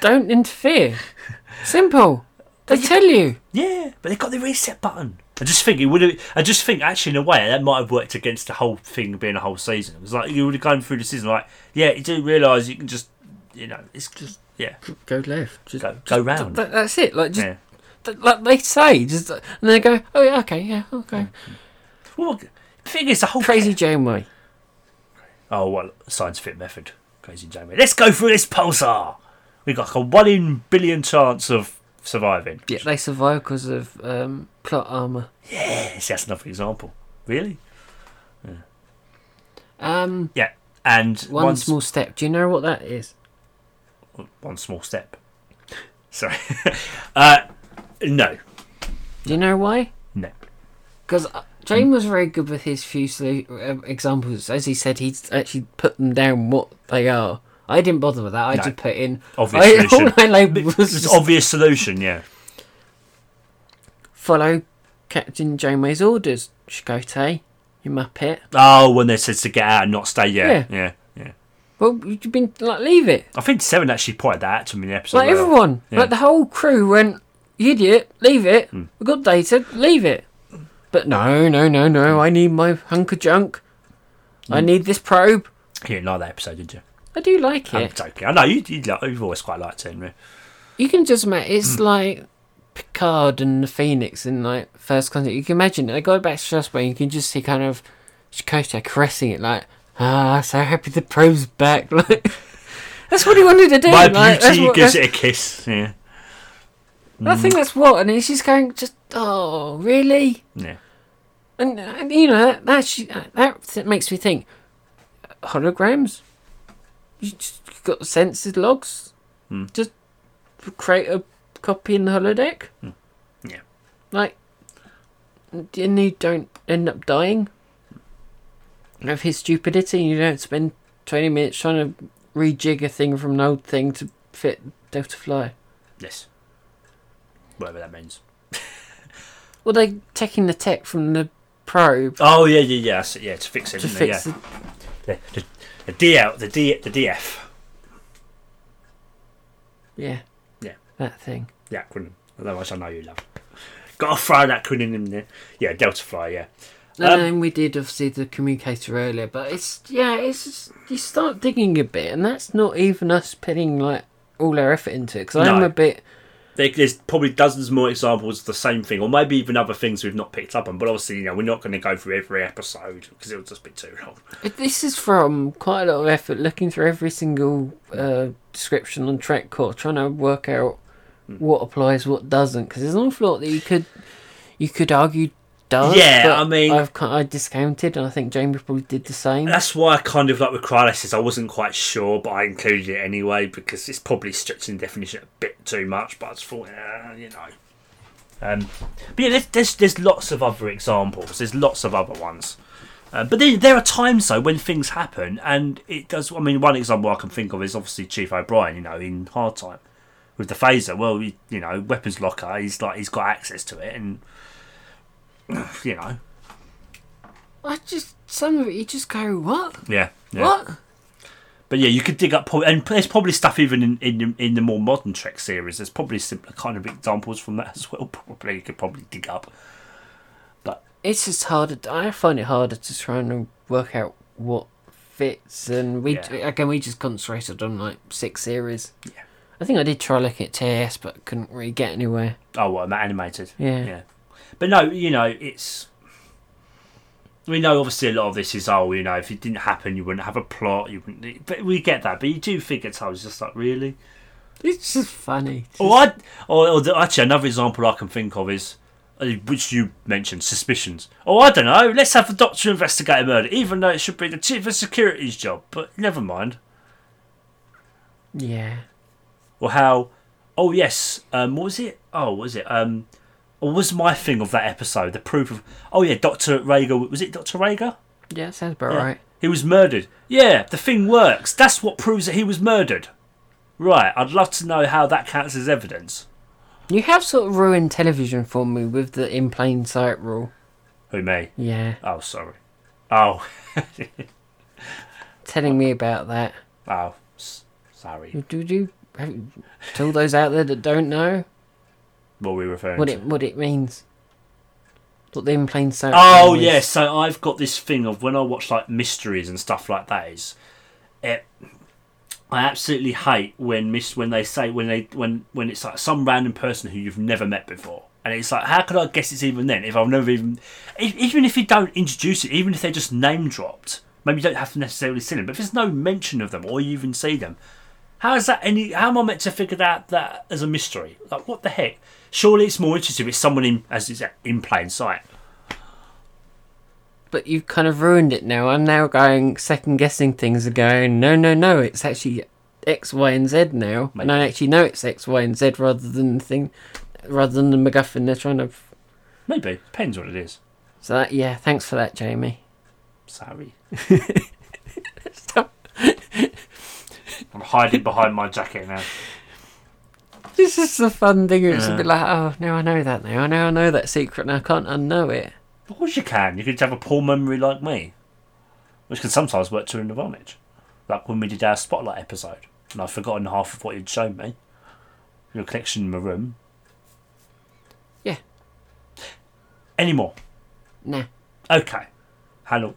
[SPEAKER 2] don't interfere. Simple. They tell you.
[SPEAKER 1] Yeah, but they got the reset button. I just think it would have. I just think actually in a way that might have worked against the whole thing being a whole season. It was like you would have gone through the season like, yeah, you do realise you can just, you know, it's just yeah,
[SPEAKER 2] Go left. Just,
[SPEAKER 1] go go round.
[SPEAKER 2] That, that's it. Like just
[SPEAKER 1] Yeah.
[SPEAKER 2] th- like they say, just and they go, oh yeah, okay, yeah, okay.
[SPEAKER 1] Well, the thing is the whole
[SPEAKER 2] Crazy Janeway.
[SPEAKER 1] Oh well, scientific method, crazy Jamie. Let's go through this pulsar. We have got like a one in billion chance of surviving.
[SPEAKER 2] Yeah, they survive because of um, plot armor.
[SPEAKER 1] Yes, that's another example. Really?
[SPEAKER 2] Um,
[SPEAKER 1] Yeah. And
[SPEAKER 2] one
[SPEAKER 1] one
[SPEAKER 2] small step. Do you know what that is?
[SPEAKER 1] one small step. Sorry. uh, no,
[SPEAKER 2] Do you know why?
[SPEAKER 1] no.
[SPEAKER 2] Because uh, Jane was very good with his few solu- um, examples. As he said, he's actually put them down what they are. I didn't bother with that. I
[SPEAKER 1] No.
[SPEAKER 2] just put in.
[SPEAKER 1] Obvious
[SPEAKER 2] I, all
[SPEAKER 1] solution.
[SPEAKER 2] I labeled was
[SPEAKER 1] It's an obvious solution, yeah.
[SPEAKER 2] follow Captain Janeway's orders, Chakotay. You muppet.
[SPEAKER 1] Oh, when they said to get out and not stay, yeah, yeah, yeah.
[SPEAKER 2] Well, you've been like, leave it.
[SPEAKER 1] I think Seven actually pointed that out to me in the episode.
[SPEAKER 2] Like
[SPEAKER 1] where-
[SPEAKER 2] everyone,
[SPEAKER 1] yeah. Hmm.
[SPEAKER 2] like the whole crew went, you idiot, leave it. We got data, leave it. But no, no, no, no. I need my hunk of junk. I
[SPEAKER 1] Hmm.
[SPEAKER 2] need this probe.
[SPEAKER 1] You didn't like that episode, did you?
[SPEAKER 2] I do like
[SPEAKER 1] I'm
[SPEAKER 2] it.
[SPEAKER 1] joking. I know you, you, like- you've always quite liked it, haven't you?
[SPEAKER 2] You can just imagine
[SPEAKER 1] Mm.
[SPEAKER 2] it's like Picard and the Phoenix in like First Contact. You can imagine they go back to Strasbourg. and You can just see kind of Chakotay caressing it, like ah, so happy the probe's back. Like that's what he wanted to do.
[SPEAKER 1] My
[SPEAKER 2] like, that's
[SPEAKER 1] beauty
[SPEAKER 2] what-
[SPEAKER 1] gives
[SPEAKER 2] that's-
[SPEAKER 1] it a kiss. Yeah,
[SPEAKER 2] I
[SPEAKER 1] Mm.
[SPEAKER 2] think that's what, and then she's going just oh really,
[SPEAKER 1] yeah.
[SPEAKER 2] and, and you know that that, she, that th- makes me think holograms. You just you've got sensors logs.
[SPEAKER 1] Hmm.
[SPEAKER 2] Just create a copy in the holodeck.
[SPEAKER 1] Hmm. Yeah.
[SPEAKER 2] Like, and you don't end up dying of his stupidity. You don't spend 20 minutes trying to rejig a thing from an old thing to fit Delta Fly.
[SPEAKER 1] Yes. Whatever that means.
[SPEAKER 2] Well, they're taking the tech from the probe
[SPEAKER 1] Oh yeah, yeah, yeah. that's it, yeah, to fix it.
[SPEAKER 2] to
[SPEAKER 1] isn't it?
[SPEAKER 2] fix
[SPEAKER 1] yeah.
[SPEAKER 2] the.
[SPEAKER 1] The, the, the D out, the D, the DF.
[SPEAKER 2] Yeah.
[SPEAKER 1] Yeah.
[SPEAKER 2] That thing.
[SPEAKER 1] The acronym. Otherwise, I know you love. Got to throw that acronym in there. Yeah, Delta Fly. Yeah.
[SPEAKER 2] And
[SPEAKER 1] Um,
[SPEAKER 2] then we did obviously the communicator earlier, but it's yeah, it's just, you start digging a bit, and that's not even us putting like all our effort into it. Because I'm
[SPEAKER 1] No.
[SPEAKER 2] a bit
[SPEAKER 1] There- There's probably dozens more examples of the same thing, or maybe even other things we've not picked up on. But obviously, you know, we're not going to go through every episode because it'll just be too long.
[SPEAKER 2] But This is from quite a lot of effort looking through every single uh, description on TrekCore, trying to work out
[SPEAKER 1] Hmm.
[SPEAKER 2] what applies, what doesn't. Because there's an awful lot that you could you could argue does.
[SPEAKER 1] Yeah,
[SPEAKER 2] but
[SPEAKER 1] I mean-
[SPEAKER 2] I've ki- I discounted, and I think Jamie probably did the same.
[SPEAKER 1] That's why I kind of like with Crylysis, I wasn't quite sure, but I included it anyway because it's probably stretching the definition a bit too much. But I just thought, eh, you know. Um, but yeah, there's, there's there's lots of other examples. There's lots of other ones. Uh, but there, there are times though when things happen, and it does. I mean, one example I can think of is obviously Chief O'Brien. You know, in Hard Time with the phaser. Well, you, you know, weapons locker. He's like he's got access to it, and you know,
[SPEAKER 2] I just some of it you just go what
[SPEAKER 1] yeah, yeah.
[SPEAKER 2] what
[SPEAKER 1] But yeah, you could dig up, po- and there's probably stuff even in, in the- in the more modern Trek series. There's probably similar kind of examples from that as well. Probably you could probably dig up.
[SPEAKER 2] it's just harder. I find it harder to try and work out what fits, and we
[SPEAKER 1] Yeah.
[SPEAKER 2] again we just concentrated on like six series.
[SPEAKER 1] Yeah.
[SPEAKER 2] I think I did try looking at TAS, but couldn't really get anywhere.
[SPEAKER 1] Oh, well, I'm animated.
[SPEAKER 2] Yeah.
[SPEAKER 1] yeah. But no, you know, it's we know obviously a lot of this is oh you know if it didn't happen you wouldn't have a plot you wouldn't but we get that but you do think at times just like really
[SPEAKER 2] It's just funny.
[SPEAKER 1] or Oh, I or, or the, actually another example I can think of is uh, which you mentioned suspicions oh I don't know let's have the doctor investigate a murder even though it should be the chief of security's job but never mind
[SPEAKER 2] Yeah.
[SPEAKER 1] or how oh yes um what was it oh what was it um what was my thing of that episode the proof of oh yeah Doctor Rager was it Doctor Rager
[SPEAKER 2] Yeah, sounds about
[SPEAKER 1] Yeah.
[SPEAKER 2] right.
[SPEAKER 1] He was murdered. Yeah, the thing works. That's what proves that he was murdered. Right, I'd love to know how that counts as evidence.
[SPEAKER 2] You have sort of ruined television for me with the in plain sight rule.
[SPEAKER 1] Who, me?
[SPEAKER 2] Yeah.
[SPEAKER 1] Oh, sorry. Oh,
[SPEAKER 2] Telling me about that.
[SPEAKER 1] oh, s- sorry.
[SPEAKER 2] Do you have, tell those out there that don't know
[SPEAKER 1] What were we referring
[SPEAKER 2] what
[SPEAKER 1] to?
[SPEAKER 2] it what it means? What the in plain sight.
[SPEAKER 1] Oh,
[SPEAKER 2] rule is.
[SPEAKER 1] yeah, so I've got this thing of when I watch like mysteries and stuff like that is it I absolutely hate when miss when they say when they when when it's like some random person who you've never met before. And it's like, how could I guess it's even then if I've never even, e- even if you don't introduce it, even if they're just name dropped, maybe you don't have to necessarily see them. But if there's no mention of them or you even see them, how is that any? How am I meant to figure that that as a mystery? Like, what the heck? Surely it's more interesting if it's someone in as it's in plain sight.
[SPEAKER 2] But you've kind of ruined it now. I'm now going second guessing things and going, no, no, no, it's actually X, Y, and Z now.
[SPEAKER 1] Mate.
[SPEAKER 2] And I actually know it's X, Y, and Z rather than the thing, rather than the MacGuffin they're trying to.
[SPEAKER 1] Maybe depends what it is.
[SPEAKER 2] So that, yeah, thanks for that, Jamie.
[SPEAKER 1] Sorry.
[SPEAKER 2] Stop.
[SPEAKER 1] I'm hiding behind my jacket now.
[SPEAKER 2] This is the fun thing. It's
[SPEAKER 1] Yeah.
[SPEAKER 2] a bit like, oh, now I know that now. Now I know that secret and I can't unknow it.
[SPEAKER 1] Of course you can. You could have a poor memory like me, which can sometimes work to an advantage. Like when we did our spotlight episode, and I've forgotten half of what you'd shown me. Your collection in my room.
[SPEAKER 2] Yeah.
[SPEAKER 1] Any more?
[SPEAKER 2] Nah.
[SPEAKER 1] Okay. How long?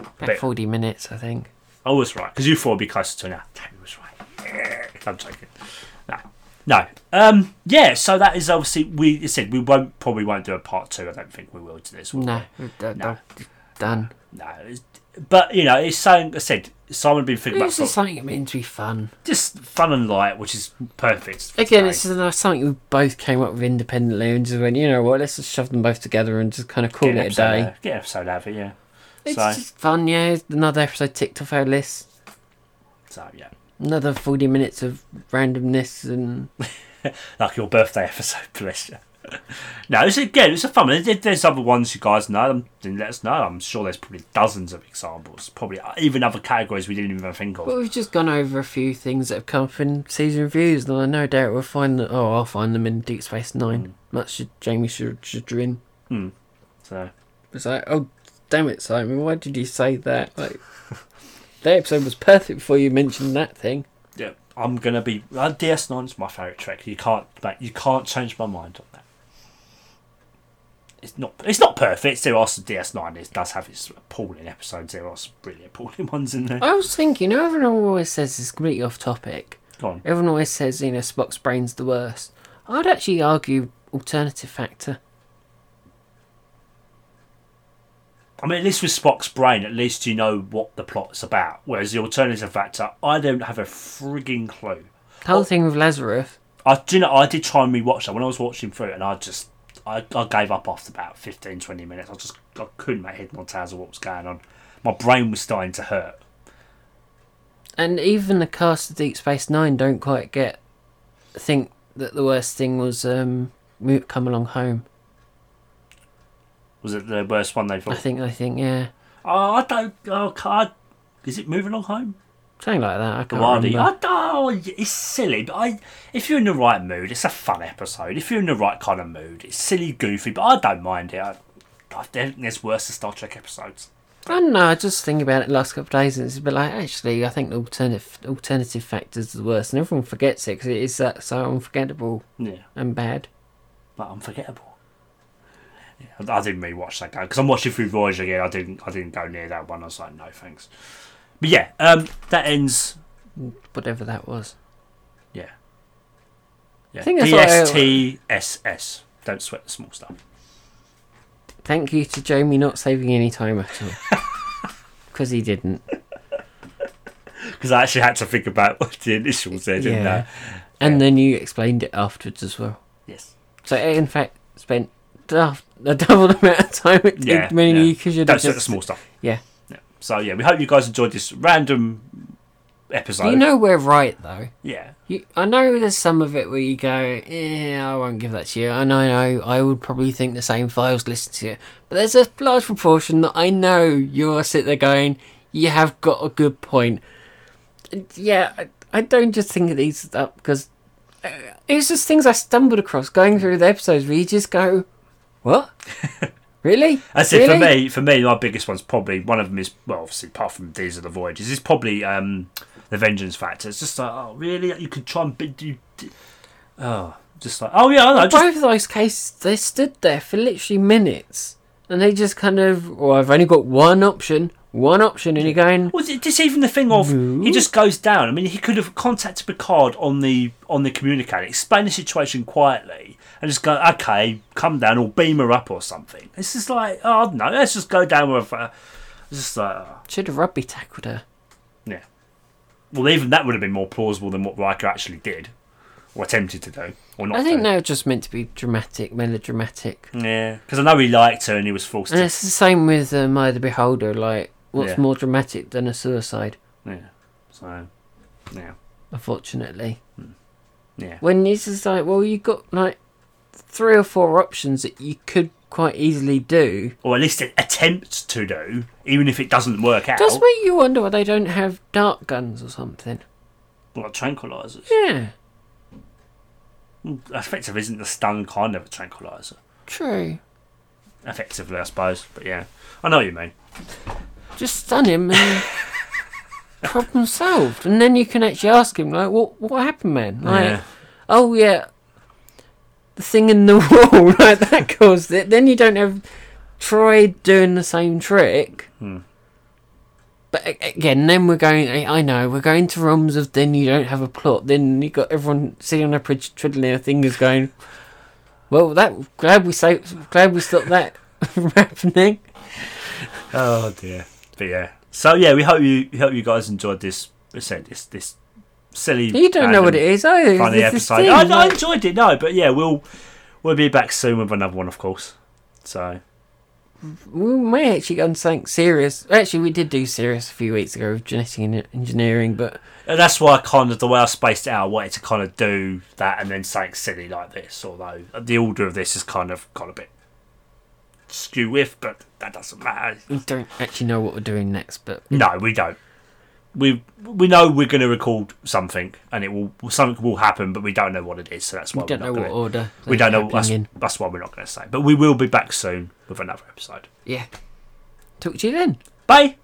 [SPEAKER 2] About
[SPEAKER 1] Bit.
[SPEAKER 2] 40 minutes, I think.
[SPEAKER 1] I was right because you thought it'd be closer to an hour. Jamie was right. I'm joking. No, no. Um, yeah. So that is obviously we as I said we won't probably won't do a part two. I don't think we will do this. will
[SPEAKER 2] No.
[SPEAKER 1] No.
[SPEAKER 2] Done.
[SPEAKER 1] we? no. it's- But you know, it's something I said. Simon been thinking about
[SPEAKER 2] This is
[SPEAKER 1] sort of
[SPEAKER 2] something meant to be fun.
[SPEAKER 1] just fun and light, which is perfect. for
[SPEAKER 2] Again,
[SPEAKER 1] today.
[SPEAKER 2] it's another- something we both came up with independently and just went, you know what, let's just shove them both together and just kind of call
[SPEAKER 1] Get an
[SPEAKER 2] it a
[SPEAKER 1] episode
[SPEAKER 2] day.
[SPEAKER 1] out- Get an episode out of it, yeah.
[SPEAKER 2] It's
[SPEAKER 1] So,
[SPEAKER 2] just fun, yeah. Another episode ticked off our list.
[SPEAKER 1] so yeah,
[SPEAKER 2] Another 40 minutes of randomness and.
[SPEAKER 1] like your birthday episode, bless you. no, it's again, it's a fun one. If there's other ones you guys know, then- then let us know. I'm sure there's probably dozens of examples, probably uh, even other categories we didn't even think
[SPEAKER 2] But
[SPEAKER 1] of.
[SPEAKER 2] we've just gone over a few things that have come up in season reviews, and I no doubt we'll find that. Oh, I'll find them in Deep Space
[SPEAKER 1] Hmm.
[SPEAKER 2] Nine. Much to Jamie Shadrin.
[SPEAKER 1] So
[SPEAKER 2] It's like, oh, damn it, Simon, why did you say that? Like, that episode was perfect before you mentioned that thing.
[SPEAKER 1] yeah, I'm gonna be uh, DS9 is my favourite track. You can't, like, you can't change my mind on that. It's not, it's not perfect. There are some DS9. It does have its appalling episodes. There are some really appalling ones in there.
[SPEAKER 2] I was thinking, you know, everyone always says it's completely off topic.
[SPEAKER 1] Go on.
[SPEAKER 2] Everyone always says, you know, Spock's brain's the worst. I'd actually argue alternative factor.
[SPEAKER 1] I mean, at least with Spock's brain, at least you know what the plot's about. Whereas the alternative factor, I don't have a frigging clue.
[SPEAKER 2] The whole thing with Lazarus.
[SPEAKER 1] I do you know I did try and rewatch that when I was watching through, it and I just I, I gave up after about 15, 20 minutes. I just I couldn't make head nor tails of what was going on. My brain was starting to hurt.
[SPEAKER 2] And even the cast of Deep Space Nine don't quite get think that the worst thing was um Mo- Come Along Home.
[SPEAKER 1] Was it the worst one they
[SPEAKER 2] I
[SPEAKER 1] thought?
[SPEAKER 2] think I think yeah,
[SPEAKER 1] Oh, I don't. Oh, can't. Is it moving along home?
[SPEAKER 2] something like that. I can't
[SPEAKER 1] Blarney.
[SPEAKER 2] remember.
[SPEAKER 1] I oh, it's silly, but I if you're in the right mood, it's a fun episode. If you're in the right kind of mood, it's silly, goofy, but I don't mind it. I, I think there's worse than Star Trek episodes.
[SPEAKER 2] I don't know. I just think about it the last couple of days, and it's a bit like actually, I think the alternative alternative factor's the worst, and everyone forgets it because it is that so unforgettable
[SPEAKER 1] Yeah,
[SPEAKER 2] and bad.
[SPEAKER 1] but unforgettable. Yeah, I, I didn't rewatch that because I'm watching through Voyager again. I didn't. I didn't go near that one. I was like, no thanks. But yeah, um, that ends.
[SPEAKER 2] Whatever that was.
[SPEAKER 1] Yeah. Yeah.
[SPEAKER 2] think that's what I-
[SPEAKER 1] DSTSS. Don't sweat the small stuff.
[SPEAKER 2] Thank you to Jamie not saving any time at all. Because he didn't.
[SPEAKER 1] Because I actually had to think about what the initials there, didn't
[SPEAKER 2] Yeah.
[SPEAKER 1] I?
[SPEAKER 2] And then you explained it afterwards as well.
[SPEAKER 1] Yes.
[SPEAKER 2] So it, in fact, spent dou- the double amount of time it did
[SPEAKER 1] Yeah.
[SPEAKER 2] when
[SPEAKER 1] yeah.
[SPEAKER 2] you could have
[SPEAKER 1] That's
[SPEAKER 2] just...
[SPEAKER 1] the small stuff.
[SPEAKER 2] Yeah.
[SPEAKER 1] Yeah. So yeah, we hope you guys enjoyed this random episode.
[SPEAKER 2] You know we're right, though.
[SPEAKER 1] yeah.
[SPEAKER 2] You, I know there's some of it where you go, eh, I won't give that to you. And I know I would probably think the same if I was listening to it. But there's a large proportion that I know you're sitting there going, you have got a good point. And Yeah, I, I don't just think of these up because uh, it's just things I stumbled across going through the episodes where you just go, what? really?
[SPEAKER 1] I said
[SPEAKER 2] really?
[SPEAKER 1] for me, for me, my biggest one's probably one of them is well, obviously apart from Days of the Voyages, is probably um, the Vengeance Factor. It's just like, oh, really? You could try and bid you, d- oh, just like, oh yeah, I know. Just,
[SPEAKER 2] both of those cases, they stood there for literally minutes, and they just kind of, well, I've only got one option, one option, and you're going,
[SPEAKER 1] was it just even the thing of he just goes down? I mean, he could have contacted Picard on the on the communicator, explain the situation quietly, and just go, okay, come down or beam her up or something. It's just like, oh, I don't know, let's just go down with. Uh, it's just like, oh.
[SPEAKER 2] should have rugby tackled her.
[SPEAKER 1] Yeah. Well, even that would have been more plausible than what Riker actually did, or attempted to do, or not.
[SPEAKER 2] I think
[SPEAKER 1] do.
[SPEAKER 2] they were just meant to be dramatic, melodramatic.
[SPEAKER 1] Yeah, because I know he liked her and he was forced
[SPEAKER 2] And
[SPEAKER 1] to.
[SPEAKER 2] it's the same with um, Eye of the Beholder, like, what's
[SPEAKER 1] Yeah.
[SPEAKER 2] more dramatic than a suicide,
[SPEAKER 1] Yeah. So, yeah,
[SPEAKER 2] unfortunately?
[SPEAKER 1] yeah,
[SPEAKER 2] When it's just like, well, you've got, like, three or four options that you could quite easily do.
[SPEAKER 1] or at least attempt to do, even if it doesn't work out.
[SPEAKER 2] Does make you wonder why they don't have dart guns or something.
[SPEAKER 1] Like tranquilizers.
[SPEAKER 2] Yeah,
[SPEAKER 1] Effective isn't the stun kind of a tranquilizer.
[SPEAKER 2] true.
[SPEAKER 1] Effectively, I suppose. But yeah, I know what you mean.
[SPEAKER 2] just stun him and problem solved. And then you can actually ask him like, "What what happened, man?" Like,
[SPEAKER 1] Yeah.
[SPEAKER 2] "Oh yeah, the thing in the wall, like that caused it." Then you don't have Troy doing the same trick. But a- again, then we're going. I I know we're going to realms of then you don't have a plot. Then you got everyone sitting on a bridge twiddling their fingers, going, "Well, that glad we saved, glad we stopped that from happening."
[SPEAKER 1] Oh dear. But yeah. So yeah, we hope you we hope you guys enjoyed this. I said this this silly.
[SPEAKER 2] You don't know what it is either. It's
[SPEAKER 1] Funny
[SPEAKER 2] just this
[SPEAKER 1] episode.
[SPEAKER 2] thing,
[SPEAKER 1] I, I
[SPEAKER 2] like-
[SPEAKER 1] enjoyed it. No, but yeah, we'll we'll be back soon with another one, of course. So
[SPEAKER 2] We may actually go on something serious. Actually, we did do serious a few weeks ago with genetic en- engineering, but
[SPEAKER 1] And that's why I kind of the way I spaced it out, I wanted to kind of do that and then something silly like this. Although the order of this is kind of got a bit skew with, but that doesn't matter.
[SPEAKER 2] we don't actually know what we're doing next. But
[SPEAKER 1] No, we don't. We we know we're going to record something, and it will something will happen, but we don't know what it is. So that's why
[SPEAKER 2] we don't
[SPEAKER 1] we're
[SPEAKER 2] know
[SPEAKER 1] not
[SPEAKER 2] what
[SPEAKER 1] gonna,
[SPEAKER 2] order.
[SPEAKER 1] we
[SPEAKER 2] they're
[SPEAKER 1] don't know. That's,
[SPEAKER 2] happening
[SPEAKER 1] that's why we're not going to say. But we will be back soon with another episode.
[SPEAKER 2] in. Yeah. Talk to you then.
[SPEAKER 1] Bye.